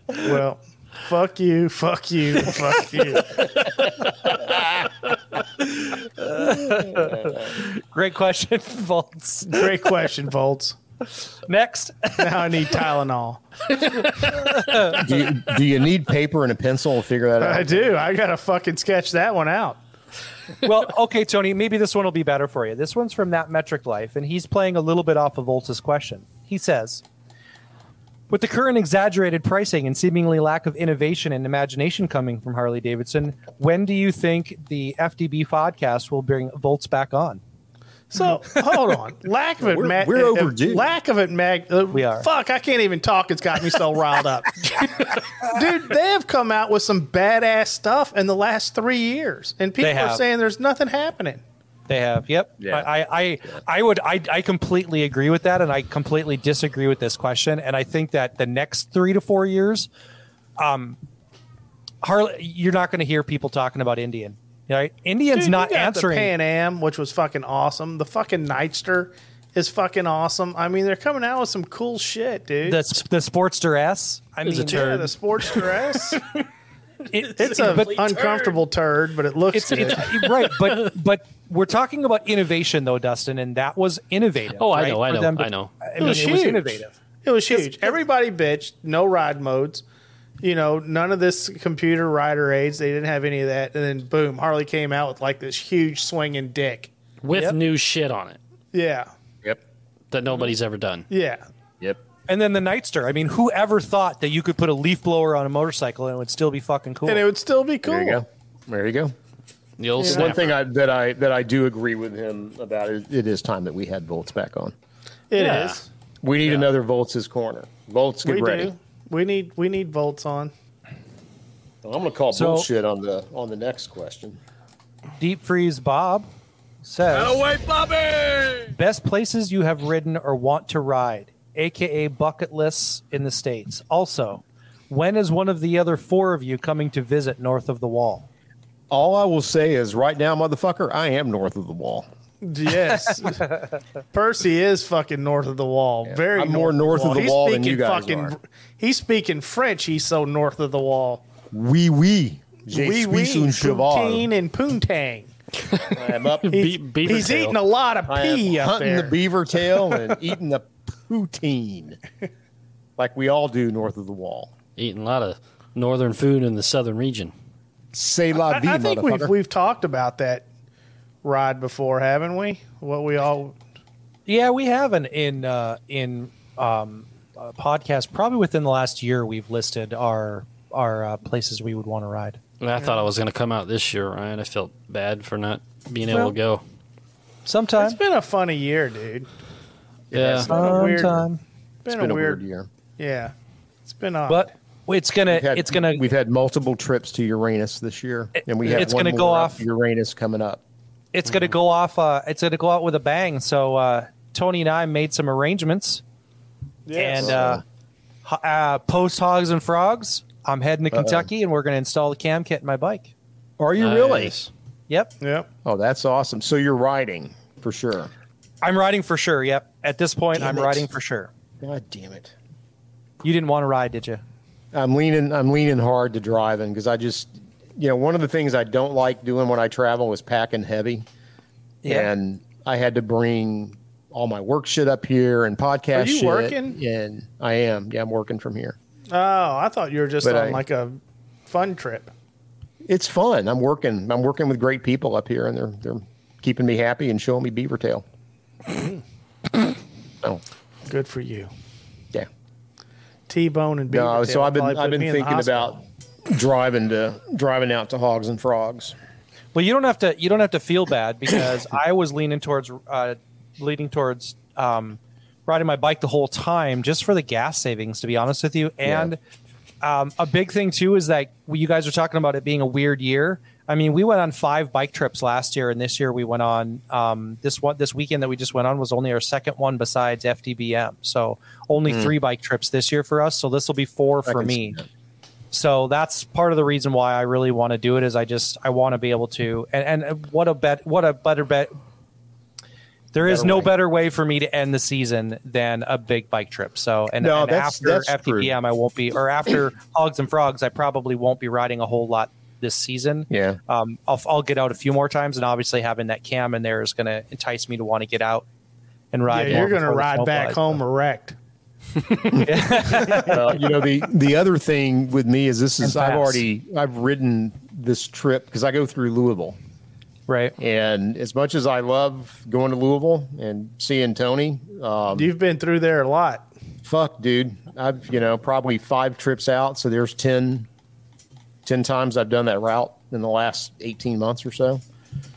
[SPEAKER 2] Well, fuck you, fuck you, fuck you.
[SPEAKER 4] Great question, Volts.
[SPEAKER 2] Great question, Volts.
[SPEAKER 4] Next.
[SPEAKER 2] Now I need Tylenol.
[SPEAKER 3] Do you, do you need paper and a pencil to figure that out?
[SPEAKER 2] I do. I gotta fucking sketch that one out.
[SPEAKER 4] well, okay, Tony, maybe this one will be better for you. This one's from That Metric Life, and he's playing a little bit off of Volta's question. He says, with the current exaggerated pricing and seemingly lack of innovation and imagination coming from Harley Davidson, when do you think the FDB podcast will bring Volts back on?
[SPEAKER 2] So hold on. Lack of it.
[SPEAKER 3] We're- we're overdue.
[SPEAKER 2] Lack of it. Mag. uh,
[SPEAKER 4] We are.
[SPEAKER 2] Fuck. I can't even talk. It's got me so riled up, dude. They have come out with some badass stuff in the last three years, and people
[SPEAKER 4] They
[SPEAKER 2] are
[SPEAKER 4] have.
[SPEAKER 2] saying there's nothing happening.
[SPEAKER 4] They have. Yep.
[SPEAKER 3] Yeah.
[SPEAKER 4] I, I, I, I would. I, I completely agree with that, and I completely disagree with this question. And I think that the next three to four years, um, Harley, you're not going to hear people talking about Indian. Right? Indian's
[SPEAKER 2] Dude,
[SPEAKER 4] not
[SPEAKER 2] you got
[SPEAKER 4] answering.
[SPEAKER 2] The Pan Am, which was fucking awesome. The fucking Nightster is fucking awesome. I mean, they're coming out with some cool shit, dude.
[SPEAKER 4] the, s- the Sportster S. I mean,
[SPEAKER 1] It's a
[SPEAKER 2] yeah,
[SPEAKER 1] turd.
[SPEAKER 2] the sports dress.
[SPEAKER 4] it-
[SPEAKER 2] it's a
[SPEAKER 4] but
[SPEAKER 2] uncomfortable turd. but it looks
[SPEAKER 4] It's,
[SPEAKER 2] good.
[SPEAKER 4] it's right, but but we're talking about innovation though, Dustin, and that was innovative.
[SPEAKER 1] Oh, I
[SPEAKER 4] right,
[SPEAKER 1] know, I
[SPEAKER 4] for
[SPEAKER 1] know,
[SPEAKER 4] them
[SPEAKER 1] I know.
[SPEAKER 4] I mean, it was innovative.
[SPEAKER 2] It was huge. Everybody bitched. No ride modes. You know, none of this computer rider aids. They didn't have any of that. And then boom, Harley came out with like this huge swinging dick.
[SPEAKER 1] With
[SPEAKER 4] Yep.
[SPEAKER 1] new shit on it
[SPEAKER 2] Yeah,
[SPEAKER 3] Yep.
[SPEAKER 1] that nobody's ever done.
[SPEAKER 2] yeah.
[SPEAKER 3] Yep.
[SPEAKER 4] And then the Nightster. I mean, who ever thought that you could put a leaf blower on a motorcycle and it would still be fucking cool?
[SPEAKER 2] And it would still be cool.
[SPEAKER 3] There you go. There you go.
[SPEAKER 1] The old
[SPEAKER 3] One
[SPEAKER 1] snapper.
[SPEAKER 3] thing I, that I that I do agree with him about is it is time that we had Volts back on.
[SPEAKER 2] It is.
[SPEAKER 1] Yeah.
[SPEAKER 3] We need another Volts' corner. Volts, get
[SPEAKER 2] We
[SPEAKER 3] ready.
[SPEAKER 2] do. We need we need volts on.
[SPEAKER 3] I'm going to call
[SPEAKER 4] So-
[SPEAKER 3] bullshit on the on the next question.
[SPEAKER 4] Deep Freeze Bob says Best places you have ridden or want to ride, aka bucket lists in the States. Also, when is one of the other four of you coming to visit north of the wall?
[SPEAKER 3] All I will say is, right now, motherfucker, I am north of the wall.
[SPEAKER 2] Yes. Percy is fucking north of the wall. Very
[SPEAKER 3] I'm more north of the
[SPEAKER 2] He's
[SPEAKER 3] wall than
[SPEAKER 2] speaking
[SPEAKER 3] you guys are.
[SPEAKER 2] He's speaking French. He's so north of the wall.
[SPEAKER 3] Wee wee,
[SPEAKER 2] Wee wee, poutine and poontang.
[SPEAKER 3] I'm up.
[SPEAKER 1] Be- beaver
[SPEAKER 2] He's
[SPEAKER 1] tail.
[SPEAKER 2] eating a lot of
[SPEAKER 3] I
[SPEAKER 2] pee
[SPEAKER 3] am
[SPEAKER 2] up
[SPEAKER 3] hunting
[SPEAKER 2] there.
[SPEAKER 3] the beaver tail and eating the poutine, like we all do north of the wall.
[SPEAKER 1] eating a lot of northern food in the southern region.
[SPEAKER 3] Say la vie,
[SPEAKER 2] I, I think we've
[SPEAKER 3] motherfucker.
[SPEAKER 2] we've talked about that ride before, haven't we? What we all
[SPEAKER 4] Yeah, we have an in uh, in um, uh, podcast probably within the last year we've listed our our uh, places we would want to ride.
[SPEAKER 1] And I thought I was going to come out this year, Ryan. I felt bad for not being
[SPEAKER 4] Well,
[SPEAKER 1] able to go.
[SPEAKER 4] Sometime,
[SPEAKER 2] It's been a funny year, dude.
[SPEAKER 1] Yeah,
[SPEAKER 2] been a weird- Been,
[SPEAKER 4] sometime,
[SPEAKER 3] It's been a weird year.
[SPEAKER 2] Yeah, it's been odd.
[SPEAKER 4] but it's gonna
[SPEAKER 3] We've had-
[SPEAKER 4] it's gonna
[SPEAKER 3] We've had multiple trips to Uranus this year, and we have
[SPEAKER 4] it's
[SPEAKER 3] one
[SPEAKER 4] gonna
[SPEAKER 3] more
[SPEAKER 4] go
[SPEAKER 3] up
[SPEAKER 4] off-
[SPEAKER 3] to Uranus coming up.
[SPEAKER 4] it's going to go off. Uh, it's going to go out with a bang. So uh, Tony and I made some arrangements,
[SPEAKER 2] Yes.
[SPEAKER 4] and uh, ho- uh, post hogs and frogs. I'm heading
[SPEAKER 3] Uh-huh.
[SPEAKER 4] to Kentucky, and we're going to install the cam kit in my bike.
[SPEAKER 3] Are you really?
[SPEAKER 1] Nice.
[SPEAKER 4] Yep,
[SPEAKER 2] yep.
[SPEAKER 3] Oh, that's awesome. So you're riding for sure.
[SPEAKER 4] I'm riding for sure. Yep, at this point,
[SPEAKER 3] Damn
[SPEAKER 4] I'm
[SPEAKER 3] it.
[SPEAKER 4] riding for sure.
[SPEAKER 3] God damn it.
[SPEAKER 4] You didn't want to ride, did you?
[SPEAKER 3] I'm leaning. I'm leaning hard to driving because I just, you know, one of the things I don't like doing when I travel is packing heavy, and I had to bring all my work shit up here and podcast.
[SPEAKER 2] Are you
[SPEAKER 3] shit,
[SPEAKER 2] working?
[SPEAKER 3] And I am. Yeah, I'm working from here.
[SPEAKER 2] Oh, I thought you were just
[SPEAKER 3] But
[SPEAKER 2] on
[SPEAKER 3] I-
[SPEAKER 2] like a fun trip.
[SPEAKER 3] It's fun. I'm working. I'm working with great people up here, and they're they're keeping me happy and showing me beaver tail. oh,
[SPEAKER 2] Good for you.
[SPEAKER 3] yeah.
[SPEAKER 2] T Bone and Beaver.
[SPEAKER 3] No,
[SPEAKER 2] Tail
[SPEAKER 3] so I've been
[SPEAKER 2] probably
[SPEAKER 3] I've
[SPEAKER 2] put me
[SPEAKER 3] been
[SPEAKER 2] in the
[SPEAKER 3] thinking
[SPEAKER 2] hospital.
[SPEAKER 3] about driving to driving out to Hogs and Frogs.
[SPEAKER 4] Well, you don't have to. You don't have to feel bad because I was leaning towards, uh, leaning towards um, riding my bike the whole time just for the gas savings. To be honest with you, and um, a big thing too is that we- you guys are talking about it being a weird year. I mean, we went on five bike trips last year, and this year we went on um, this one. This weekend that we just went on was only our second one besides FDBM. So only three bike trips this year for us. So this will be four
[SPEAKER 3] I
[SPEAKER 4] for
[SPEAKER 3] can see
[SPEAKER 4] me
[SPEAKER 3] that.
[SPEAKER 4] so that's part of the reason why I really want to do it is I just I want to be able to and and what a bet what a better bet There is
[SPEAKER 3] Better
[SPEAKER 4] no
[SPEAKER 3] way.
[SPEAKER 4] better way for me to end the season than a big bike trip so and,
[SPEAKER 3] No,
[SPEAKER 4] and
[SPEAKER 3] that's-
[SPEAKER 4] after
[SPEAKER 3] that's true.
[SPEAKER 4] FTPM I won't be or after hogs and frogs I probably won't be riding a whole lot this season
[SPEAKER 3] Yeah.
[SPEAKER 4] um, I'll, I'll get out a few more times and obviously having that cam in there is going to entice me to want to get out and ride
[SPEAKER 2] Yeah,
[SPEAKER 4] more
[SPEAKER 2] you're gonna
[SPEAKER 4] before the
[SPEAKER 2] ride
[SPEAKER 4] snow
[SPEAKER 2] back
[SPEAKER 4] flies.
[SPEAKER 2] home erect.
[SPEAKER 3] well, you know the the other thing with me is this is
[SPEAKER 4] And
[SPEAKER 3] I've
[SPEAKER 4] pass.
[SPEAKER 3] already I've ridden this trip because I go through Louisville,
[SPEAKER 4] right
[SPEAKER 3] and as much as I love going to Louisville and seeing Tony, um,
[SPEAKER 2] You've been through there a lot.
[SPEAKER 3] fuck, dude, I've you know probably five trips out, so there's 10, 10 times I've done that route in the last eighteen months or so.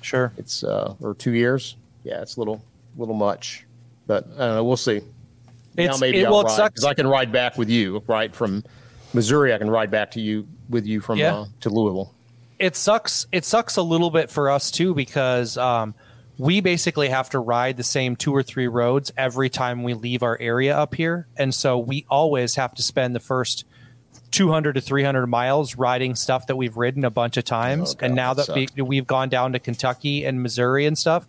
[SPEAKER 4] sure
[SPEAKER 3] It's uh, or two years. Yeah, it's a little little much, but I don't know. We'll see.
[SPEAKER 4] it's
[SPEAKER 3] now maybe
[SPEAKER 4] it,
[SPEAKER 3] I'll
[SPEAKER 4] well it
[SPEAKER 3] ride,
[SPEAKER 4] sucks
[SPEAKER 3] 'cause I can ride back with you, right from Missouri. I can ride back to you with you from
[SPEAKER 4] Yeah.
[SPEAKER 3] uh, to Louisville.
[SPEAKER 4] it sucks it sucks a little bit for us too because um, we basically have to ride the same two or three roads every time we leave our area up here and so we always have to spend the first 200 to 300 miles riding stuff that we've ridden a bunch of times
[SPEAKER 3] Oh, God,
[SPEAKER 4] and now
[SPEAKER 3] that
[SPEAKER 4] that we, we've gone down to kentucky and missouri and stuff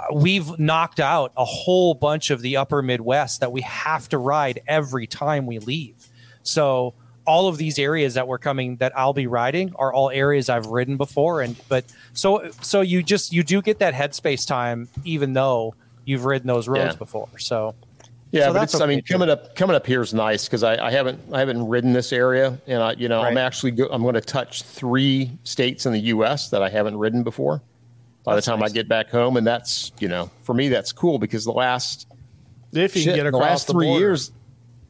[SPEAKER 4] uh, we've knocked out a whole bunch of the upper midwest that we have to ride every time we leave so all of these areas that we're coming that I'll be riding are all areas I've ridden before and but so so you just you do get that headspace time even though you've ridden those roads
[SPEAKER 3] Yeah.
[SPEAKER 4] before. So
[SPEAKER 3] Yeah,
[SPEAKER 4] So
[SPEAKER 3] but
[SPEAKER 4] that's
[SPEAKER 3] it's, I mean,
[SPEAKER 4] okay, too.
[SPEAKER 3] coming up coming up here is nice because I, I haven't I haven't ridden this area, and I you know I'm
[SPEAKER 4] Right.
[SPEAKER 3] actually go, I'm going to touch three states in the U.S. that I haven't ridden before. By
[SPEAKER 4] That's
[SPEAKER 3] the time
[SPEAKER 4] nice.
[SPEAKER 3] I get back home, and that's you know for me that's cool because the last
[SPEAKER 2] If you
[SPEAKER 3] shit,
[SPEAKER 2] can get
[SPEAKER 3] the
[SPEAKER 2] across
[SPEAKER 3] last three
[SPEAKER 2] border.
[SPEAKER 3] years,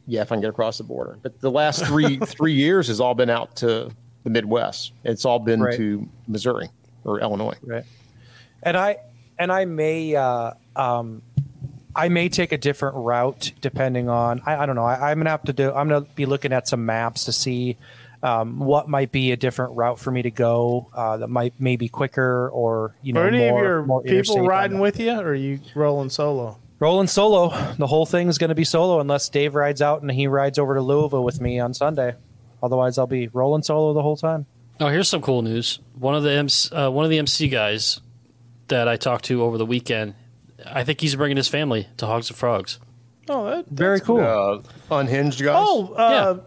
[SPEAKER 3] yeah, if I can get across the border, but the last three three years has all been out to the Midwest. It's all been
[SPEAKER 4] Right.
[SPEAKER 3] to Missouri or Illinois.
[SPEAKER 4] right and i and i may uh um i may take a different route depending on i, I don't know I, i'm gonna have to do i'm gonna be looking at some maps to see um, what might be a different route for me to go uh, that might maybe quicker or you know
[SPEAKER 2] Are any
[SPEAKER 4] more-
[SPEAKER 2] of your
[SPEAKER 4] more interstate
[SPEAKER 2] people
[SPEAKER 4] on
[SPEAKER 2] riding
[SPEAKER 4] that.
[SPEAKER 2] with you, or are you rolling solo?
[SPEAKER 4] rolling solo the whole thing's gonna be solo unless dave rides out and he rides over to louisville with me on sunday otherwise i'll be rolling solo the whole time
[SPEAKER 1] Oh, here's some cool news. One of the MC, uh, one of the MC guys that I talked to over the weekend, I think he's bringing his family to Hogs and Frogs.
[SPEAKER 2] Oh, that,
[SPEAKER 4] very
[SPEAKER 2] that's-
[SPEAKER 4] cool
[SPEAKER 3] Uh, unhinged guys.
[SPEAKER 2] Oh, uh,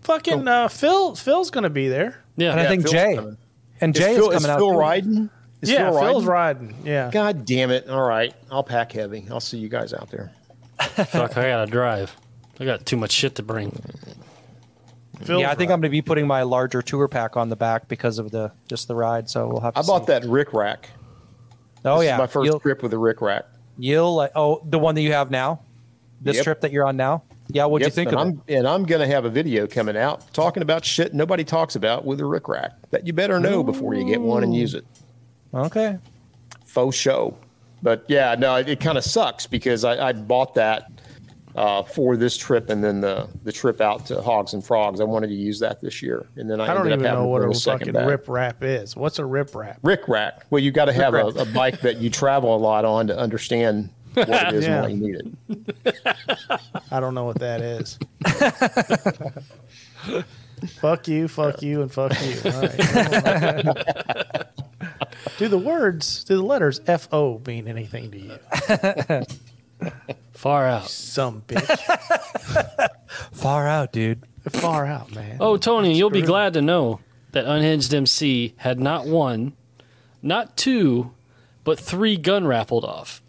[SPEAKER 2] fucking uh, Phil. Phil's gonna be there.
[SPEAKER 4] and i
[SPEAKER 1] Yeah,
[SPEAKER 4] think
[SPEAKER 3] Phil's
[SPEAKER 4] jay
[SPEAKER 3] coming.
[SPEAKER 4] and
[SPEAKER 3] Is
[SPEAKER 4] jay is,
[SPEAKER 3] Phil,
[SPEAKER 4] coming
[SPEAKER 3] is
[SPEAKER 4] out
[SPEAKER 3] Phil
[SPEAKER 4] too.
[SPEAKER 3] riding? Is
[SPEAKER 2] yeah,
[SPEAKER 3] Phil
[SPEAKER 2] Phil's
[SPEAKER 3] riding?
[SPEAKER 2] riding. Yeah.
[SPEAKER 3] God damn it! All right, I'll pack heavy. I'll see you guys out there.
[SPEAKER 1] fuck, I gotta drive. I got too much shit to bring.
[SPEAKER 2] Phil's
[SPEAKER 4] yeah, I think I'm going to be putting my larger tour pack on the back because of the just the ride. So we'll have. To
[SPEAKER 3] I bought
[SPEAKER 4] see.
[SPEAKER 3] that Rick Rack.
[SPEAKER 4] Oh
[SPEAKER 3] This is
[SPEAKER 4] yeah,
[SPEAKER 3] my 1st
[SPEAKER 4] you'll,
[SPEAKER 3] trip with a Rick Rack.
[SPEAKER 4] you'll like oh the one that you have now, this
[SPEAKER 3] Yep.
[SPEAKER 4] trip that you're on now. Yeah, what'd
[SPEAKER 3] Yep,
[SPEAKER 4] you think
[SPEAKER 3] and
[SPEAKER 4] of
[SPEAKER 3] I'm,
[SPEAKER 4] it?
[SPEAKER 3] And I'm going to have a video coming out talking about shit nobody talks about with a Rick Rack that you better know before you get one and use it.
[SPEAKER 4] Okay,
[SPEAKER 3] faux show. But yeah, no, it, it kind of sucks because I, I bought that uh, for this trip and then the, the trip out to Hogs and Frogs. I wanted to use that this year, and then I,
[SPEAKER 2] I don't
[SPEAKER 3] ended
[SPEAKER 2] even
[SPEAKER 3] up having
[SPEAKER 2] know
[SPEAKER 3] to
[SPEAKER 2] what
[SPEAKER 3] bring
[SPEAKER 2] a
[SPEAKER 3] second
[SPEAKER 2] fucking
[SPEAKER 3] bag.
[SPEAKER 2] rip rap is. What's a rip rap?
[SPEAKER 3] Rick rack. Well, you got to have a,
[SPEAKER 4] Rack.
[SPEAKER 3] a bike that you travel a lot on to understand what it is
[SPEAKER 2] Yeah.
[SPEAKER 3] and why you need it.
[SPEAKER 2] I don't know what that is. fuck you, fuck you, and fuck you. All right. do the words, do the letters F O mean anything to you?
[SPEAKER 1] Far out.
[SPEAKER 2] Some bitch.
[SPEAKER 4] far out, dude.
[SPEAKER 2] Far out, man.
[SPEAKER 1] Oh, Tony, you'll be glad to know that Unhinged MC had not one, not two, but three gun raffled off.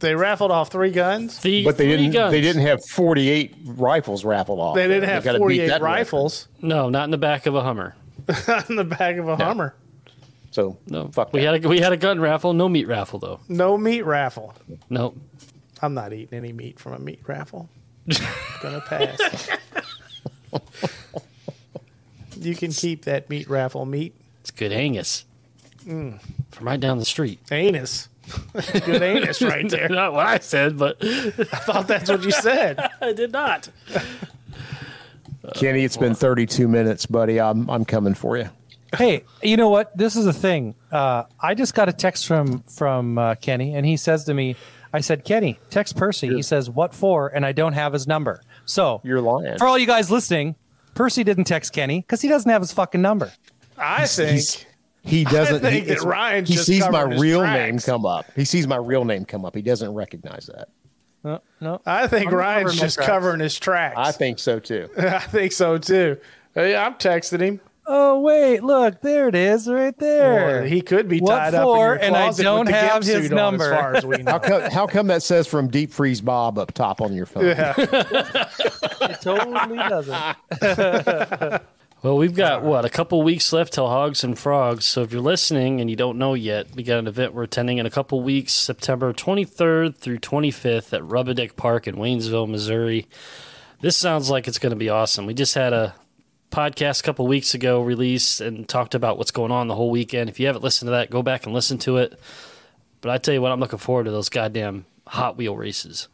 [SPEAKER 2] They raffled off three guns.
[SPEAKER 1] The
[SPEAKER 3] But they
[SPEAKER 1] three
[SPEAKER 3] didn't.
[SPEAKER 1] Guns.
[SPEAKER 3] They didn't have forty eight rifles raffled off.
[SPEAKER 2] They didn't
[SPEAKER 3] there.
[SPEAKER 2] have
[SPEAKER 3] gotta beat
[SPEAKER 2] 48
[SPEAKER 3] that record.
[SPEAKER 2] rifles
[SPEAKER 1] No, not in the back of a Hummer.
[SPEAKER 2] on the back of a Hummer.
[SPEAKER 3] So
[SPEAKER 1] No,
[SPEAKER 3] fuck.
[SPEAKER 1] We
[SPEAKER 3] that.
[SPEAKER 1] had a, we had a gun raffle, no meat raffle though.
[SPEAKER 2] No meat raffle.
[SPEAKER 1] No,
[SPEAKER 2] I'm not eating any meat from a meat raffle. Gonna pass. you can keep that meat raffle meat.
[SPEAKER 1] it's good Angus from right down the street.
[SPEAKER 2] Anus. Good anus right there.
[SPEAKER 1] not what I said, but
[SPEAKER 2] I thought that's what you said.
[SPEAKER 1] I did not.
[SPEAKER 3] Kenny, it's been thirty two minutes, buddy. I'm I'm coming for you.
[SPEAKER 4] Hey, you know what? This is the thing. Uh, I just got a text from from uh, Kenny, and he says to me, "I said, Kenny, text Percy." He says, "What for?" And I don't have his number. So
[SPEAKER 3] You're lying.
[SPEAKER 4] for all you guys listening, Percy didn't text Kenny because he doesn't have his fucking number.
[SPEAKER 2] I think
[SPEAKER 3] He's- he doesn't
[SPEAKER 2] think
[SPEAKER 3] he,
[SPEAKER 2] that
[SPEAKER 3] it's-
[SPEAKER 2] Ryan
[SPEAKER 3] he
[SPEAKER 2] just
[SPEAKER 3] sees my
[SPEAKER 2] covered his
[SPEAKER 3] real
[SPEAKER 2] tracks.
[SPEAKER 3] name come up. He sees my real name come up. He doesn't recognize that.
[SPEAKER 4] No, no.
[SPEAKER 2] I think
[SPEAKER 4] I'm
[SPEAKER 2] Ryan's
[SPEAKER 4] covering my
[SPEAKER 2] just
[SPEAKER 4] tracks.
[SPEAKER 2] covering his tracks.
[SPEAKER 3] I think so too.
[SPEAKER 2] I think so too. Hey, I'm texting him.
[SPEAKER 4] Oh wait, look, there it is, right there.
[SPEAKER 2] Well, he could be
[SPEAKER 4] What
[SPEAKER 2] tied
[SPEAKER 4] for?
[SPEAKER 2] up in
[SPEAKER 4] And
[SPEAKER 2] your
[SPEAKER 4] I
[SPEAKER 2] closet
[SPEAKER 4] don't
[SPEAKER 2] with the
[SPEAKER 4] have
[SPEAKER 2] gimp
[SPEAKER 4] his
[SPEAKER 2] suit on,
[SPEAKER 4] number.
[SPEAKER 2] as far as we
[SPEAKER 3] How
[SPEAKER 2] know.
[SPEAKER 3] come, how come that says from Deep Freeze Bob up top on your phone?
[SPEAKER 4] It totally doesn't.
[SPEAKER 1] Well, we've got what a couple weeks left till Hogs and Frogs. So if you're listening and you don't know yet, we got an event we're attending in a couple weeks, September 23rd through 25th at Rubberdick Park in Waynesville, Missouri. This sounds like it's going to be awesome. We just had a podcast a couple weeks ago released and talked about what's going on the whole weekend. If you haven't listened to that, go back and listen to it. But I tell you what, I'm looking forward to those goddamn Hot Wheel races.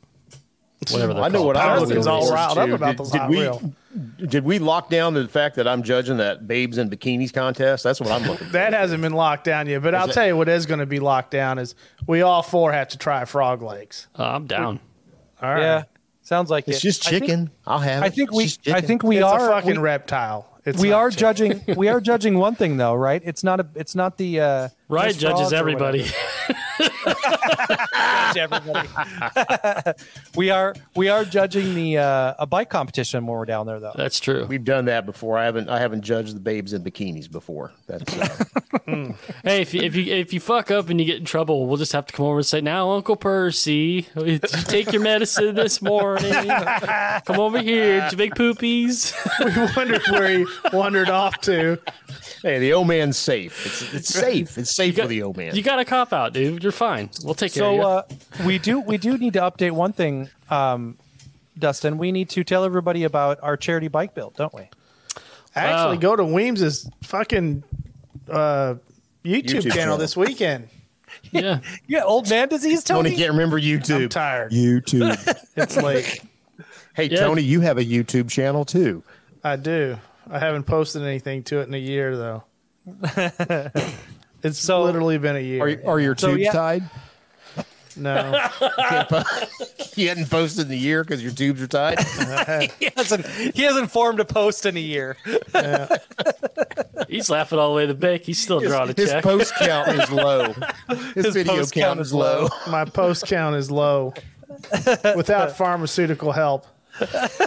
[SPEAKER 1] Whatever they're
[SPEAKER 3] I know what I was
[SPEAKER 2] Parsons all
[SPEAKER 3] listen
[SPEAKER 2] riled up
[SPEAKER 3] to.
[SPEAKER 2] about
[SPEAKER 3] Did-
[SPEAKER 2] those
[SPEAKER 3] did
[SPEAKER 2] Hot
[SPEAKER 3] we-
[SPEAKER 2] Wheel.
[SPEAKER 3] Did we lock down the fact that I'm judging that babes in bikinis contest? That's what I'm looking. for.
[SPEAKER 2] That hasn't been locked down yet, but I'll
[SPEAKER 3] it-
[SPEAKER 2] tell you what is going to be locked down is we all four have to try frog legs.
[SPEAKER 1] Uh, I'm down.
[SPEAKER 2] All right.
[SPEAKER 4] Yeah, sounds like
[SPEAKER 3] It's
[SPEAKER 4] it.
[SPEAKER 3] just
[SPEAKER 4] I think-
[SPEAKER 3] chicken. I'll have.
[SPEAKER 4] I
[SPEAKER 3] it.
[SPEAKER 4] think
[SPEAKER 3] It's
[SPEAKER 4] we.
[SPEAKER 3] just
[SPEAKER 4] I
[SPEAKER 3] chicken.
[SPEAKER 4] think we
[SPEAKER 2] it's
[SPEAKER 4] are.
[SPEAKER 2] a fucking
[SPEAKER 4] we,
[SPEAKER 2] reptile. It's
[SPEAKER 4] we
[SPEAKER 2] not
[SPEAKER 4] are
[SPEAKER 2] chicken.
[SPEAKER 4] judging. we are judging one thing though, right? It's not a. It's not the. Uh,
[SPEAKER 1] Right,
[SPEAKER 4] Miss
[SPEAKER 1] judges,
[SPEAKER 4] Frogs or
[SPEAKER 1] everybody.
[SPEAKER 4] whatever. everybody. we are. We are judging the uh, a bike competition when we're down there though.
[SPEAKER 1] That's true.
[SPEAKER 3] We've done that before. I haven't. I haven't judged the babes in bikinis before. That's uh,
[SPEAKER 1] Hey, if you, if you if you fuck up and you get in trouble, we'll just have to come over and say, "Now, Uncle Percy, did you take your medicine this morning? Come over here, did you make poopies?"
[SPEAKER 2] We wondered where he wandered off to.
[SPEAKER 3] hey, the old man's safe. It's, it's safe. It's safe for the old man.
[SPEAKER 1] You got a cop out, dude. You're fine. We'll take care of
[SPEAKER 4] So
[SPEAKER 1] you.
[SPEAKER 4] uh, we do. We do need to update one thing, um, Dustin. We need to tell everybody about our charity bike build, don't we?
[SPEAKER 2] Actually,
[SPEAKER 1] Wow.
[SPEAKER 2] go to Weems's fucking uh, YouTube,
[SPEAKER 3] YouTube
[SPEAKER 2] channel,
[SPEAKER 3] channel.
[SPEAKER 2] this weekend.
[SPEAKER 3] uh,
[SPEAKER 1] Yeah.
[SPEAKER 4] Yeah, old man disease,
[SPEAKER 3] Tony
[SPEAKER 4] Tony.
[SPEAKER 3] can't remember YouTube.
[SPEAKER 2] I'm tired.
[SPEAKER 3] YouTube.
[SPEAKER 2] It's late.
[SPEAKER 3] hey,
[SPEAKER 1] Yeah.
[SPEAKER 3] Tony, you have a YouTube channel too.
[SPEAKER 2] I do. I haven't posted anything to it in a year though. it's
[SPEAKER 4] So-
[SPEAKER 2] literally been a year.
[SPEAKER 3] Are, are your
[SPEAKER 4] So,
[SPEAKER 3] tubes
[SPEAKER 4] yeah.
[SPEAKER 3] tied?
[SPEAKER 2] no,
[SPEAKER 3] You hadn't posted in a year because your tubes are tied.
[SPEAKER 4] He hasn't, he hasn't formed a post in a year.
[SPEAKER 1] He's laughing all the way to the bank. He's still drawing a
[SPEAKER 3] His
[SPEAKER 1] check.
[SPEAKER 3] post count is low. His, video count,
[SPEAKER 4] post count
[SPEAKER 3] is
[SPEAKER 4] is
[SPEAKER 3] low.
[SPEAKER 2] my post count is low. Without pharmaceutical help,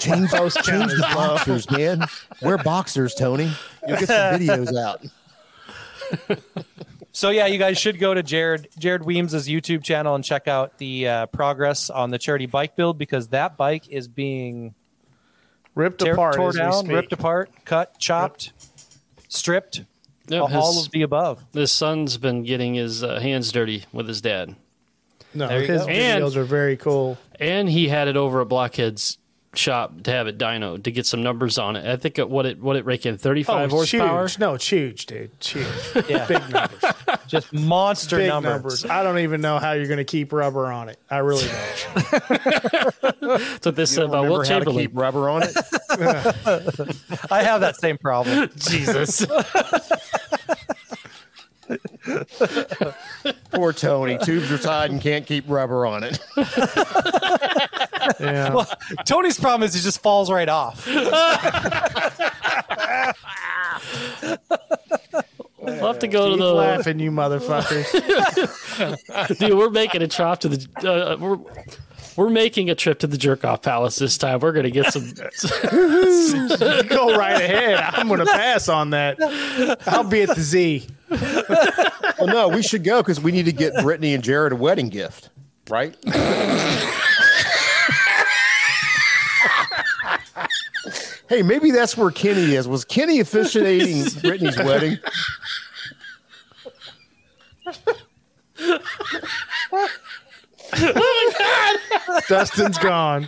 [SPEAKER 3] Change those
[SPEAKER 2] count
[SPEAKER 3] change
[SPEAKER 2] is
[SPEAKER 3] the boxers, man. We're boxers, Tony. You'll get some videos out.
[SPEAKER 4] So yeah, you guys should go to Jared Jared Weems's YouTube channel and check out the uh, progress on the charity bike build because that bike is being
[SPEAKER 2] ripped
[SPEAKER 4] tear,
[SPEAKER 2] apart.
[SPEAKER 4] tore
[SPEAKER 2] as we
[SPEAKER 4] down,
[SPEAKER 2] speak.
[SPEAKER 4] ripped apart, cut, chopped, stripped,
[SPEAKER 1] Yep,
[SPEAKER 4] all
[SPEAKER 1] his-
[SPEAKER 4] of the above.
[SPEAKER 1] His son's been getting his uh, hands dirty with his dad,
[SPEAKER 2] No,
[SPEAKER 4] There you
[SPEAKER 2] his
[SPEAKER 4] go.
[SPEAKER 1] And-
[SPEAKER 2] videos are very cool.
[SPEAKER 1] and he had it over at Blockhead's shop to have it dyno to get some numbers on it. I think it, what it what it raked in thirty five
[SPEAKER 2] Oh, it's
[SPEAKER 1] horsepower.
[SPEAKER 2] Huge. No, it's huge, dude. It's huge. Big numbers.
[SPEAKER 4] Just monster
[SPEAKER 2] Big
[SPEAKER 4] numbers.
[SPEAKER 2] numbers. I don't even know how you're going to keep rubber on it. I really don't.
[SPEAKER 1] That's what this uh, said about
[SPEAKER 3] Remember
[SPEAKER 1] Will
[SPEAKER 3] how to
[SPEAKER 1] Chamberlain.
[SPEAKER 3] keep rubber on it?
[SPEAKER 4] I have that same problem.
[SPEAKER 1] Jesus.
[SPEAKER 3] Poor Tony. Tubes are tied and can't keep rubber on it.
[SPEAKER 2] Yeah.
[SPEAKER 4] Tony's problem is he just falls right off.
[SPEAKER 1] We'll have to go to
[SPEAKER 2] Keep
[SPEAKER 1] the.
[SPEAKER 2] laughing, you motherfuckers.
[SPEAKER 1] Dude, we're making a trip to the. Uh, we're, we're making a trip to the jerk off palace this time. We're gonna get some.
[SPEAKER 2] Go right ahead. I'm going to pass on that. I'll be at the Z.
[SPEAKER 3] Well, no, we should go because we need to get Brittany and Jared a wedding gift, right? hey, maybe that's where Kenny is. Was Kenny officiating Brittany's wedding?
[SPEAKER 2] Dustin's gone.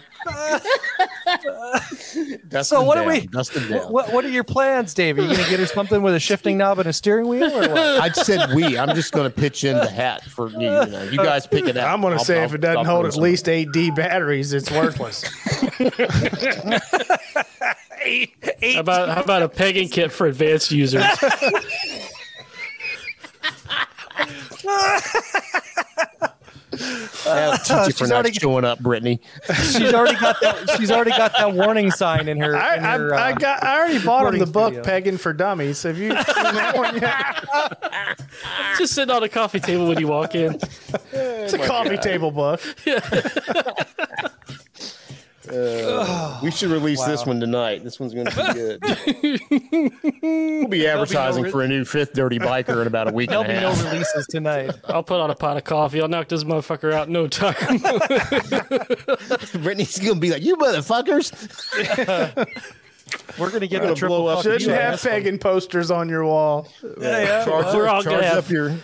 [SPEAKER 3] Dustin
[SPEAKER 4] So what
[SPEAKER 3] down,
[SPEAKER 4] do we?
[SPEAKER 3] Dustin down.
[SPEAKER 4] What, what are your plans, Dave? Are you going to get her something with a shifting knob and a steering wheel, or what?
[SPEAKER 3] I said we. I'm just going to pitch in the hat for you. You, know,
[SPEAKER 4] Uh,
[SPEAKER 3] you guys pick it out.
[SPEAKER 2] I'm going to
[SPEAKER 3] I'll-
[SPEAKER 2] say
[SPEAKER 3] I'll-
[SPEAKER 2] if it
[SPEAKER 3] I'll
[SPEAKER 2] doesn't hold
[SPEAKER 3] bring
[SPEAKER 2] at
[SPEAKER 3] some.
[SPEAKER 2] least 8D batteries, it's worthless.
[SPEAKER 4] Um,
[SPEAKER 1] How about how about a pegging kit for advanced users?
[SPEAKER 3] I'll teach you for
[SPEAKER 4] She's
[SPEAKER 3] not
[SPEAKER 4] already-
[SPEAKER 3] showing up, Brittany.
[SPEAKER 4] She's already got that. She's already got that warning sign in her.
[SPEAKER 2] I,
[SPEAKER 4] in
[SPEAKER 2] I,
[SPEAKER 4] her,
[SPEAKER 2] I,
[SPEAKER 4] uh,
[SPEAKER 2] got, I already bought him the
[SPEAKER 4] recording
[SPEAKER 2] book,
[SPEAKER 4] studio.
[SPEAKER 2] Pegging for Dummies. Have you seen that one yet?
[SPEAKER 1] Just sitting on a coffee table when you walk in.
[SPEAKER 2] It's
[SPEAKER 4] Oh
[SPEAKER 2] a coffee table book.
[SPEAKER 4] Oh,
[SPEAKER 3] We should release this one tonight. This one's going to be good. we'll be advertising
[SPEAKER 4] re-
[SPEAKER 3] for a new fifth dirty biker in about a week
[SPEAKER 4] There'll
[SPEAKER 3] and
[SPEAKER 4] be
[SPEAKER 3] a
[SPEAKER 4] no
[SPEAKER 3] half.
[SPEAKER 4] releases tonight.
[SPEAKER 1] I'll put on a pot of coffee. I'll knock this motherfucker out in no time.
[SPEAKER 3] Brittany's going to be like, "You motherfuckers!"
[SPEAKER 4] We're gonna get the triple
[SPEAKER 3] blow up
[SPEAKER 4] fuck
[SPEAKER 3] shit.
[SPEAKER 4] you
[SPEAKER 2] Shouldn't
[SPEAKER 4] on
[SPEAKER 2] have
[SPEAKER 4] this one.
[SPEAKER 2] pegging posters on your wall.
[SPEAKER 4] Yeah, yeah.
[SPEAKER 3] Charge,
[SPEAKER 1] We're all gonna
[SPEAKER 3] charge
[SPEAKER 1] have
[SPEAKER 3] up your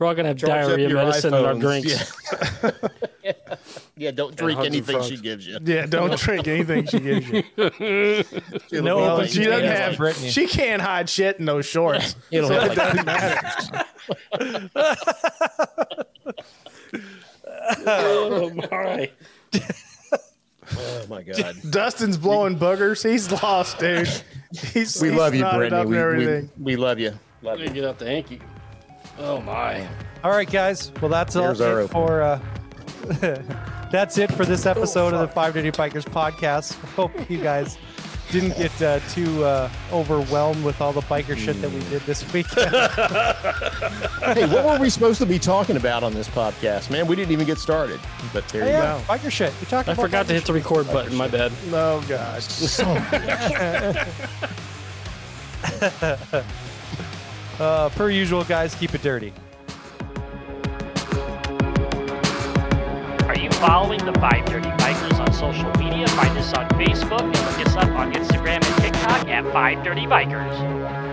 [SPEAKER 1] We're all gonna have
[SPEAKER 3] charge up
[SPEAKER 1] diarrhea
[SPEAKER 3] your
[SPEAKER 1] medicine in our
[SPEAKER 3] iPhones.
[SPEAKER 1] drinks.
[SPEAKER 3] Yeah. yeah, don't drink
[SPEAKER 1] hugs and
[SPEAKER 3] anything
[SPEAKER 1] fucks.
[SPEAKER 3] she gives you.
[SPEAKER 2] Yeah, don't drink anything she gives you.
[SPEAKER 3] It'll
[SPEAKER 4] No,
[SPEAKER 3] be
[SPEAKER 4] but
[SPEAKER 3] like-
[SPEAKER 2] She doesn't
[SPEAKER 4] Yeah,
[SPEAKER 2] have.
[SPEAKER 4] like Britney.
[SPEAKER 2] She can't hide shit in those shorts.
[SPEAKER 3] It'll have like two-
[SPEAKER 1] oh my!
[SPEAKER 3] oh my god.
[SPEAKER 2] Dustin's blowing boogers. He's lost, dude. He's,
[SPEAKER 3] We
[SPEAKER 2] he's
[SPEAKER 3] love you,
[SPEAKER 2] knotted
[SPEAKER 3] Brittany.
[SPEAKER 2] up and
[SPEAKER 3] We, we,
[SPEAKER 2] everything.
[SPEAKER 3] we love you.
[SPEAKER 1] Let
[SPEAKER 3] Love
[SPEAKER 1] me
[SPEAKER 3] you.
[SPEAKER 1] get out the hanky. Oh my!
[SPEAKER 4] All right, guys. Well, that's all
[SPEAKER 3] Here's our
[SPEAKER 4] it
[SPEAKER 3] open.
[SPEAKER 4] for. Uh, that's it for this episode of the Five Dirty Bikers podcast. Hope you guys didn't get uh, too uh, overwhelmed with all the biker shit that we did this weekend.
[SPEAKER 3] Hey, what were we supposed to be talking about on this podcast, man? We didn't even get started. But there you
[SPEAKER 4] yeah,
[SPEAKER 3] go.
[SPEAKER 4] biker shit. We talked
[SPEAKER 1] I
[SPEAKER 4] about
[SPEAKER 1] forgot to hit the record button. My bad.
[SPEAKER 2] Oh gosh.
[SPEAKER 4] Uh, per usual, guys, keep it dirty.
[SPEAKER 5] Are you following the Five Dirty Bikers on social media? Find us on Facebook and look us up on Instagram and TikTok at Five Dirty Bikers.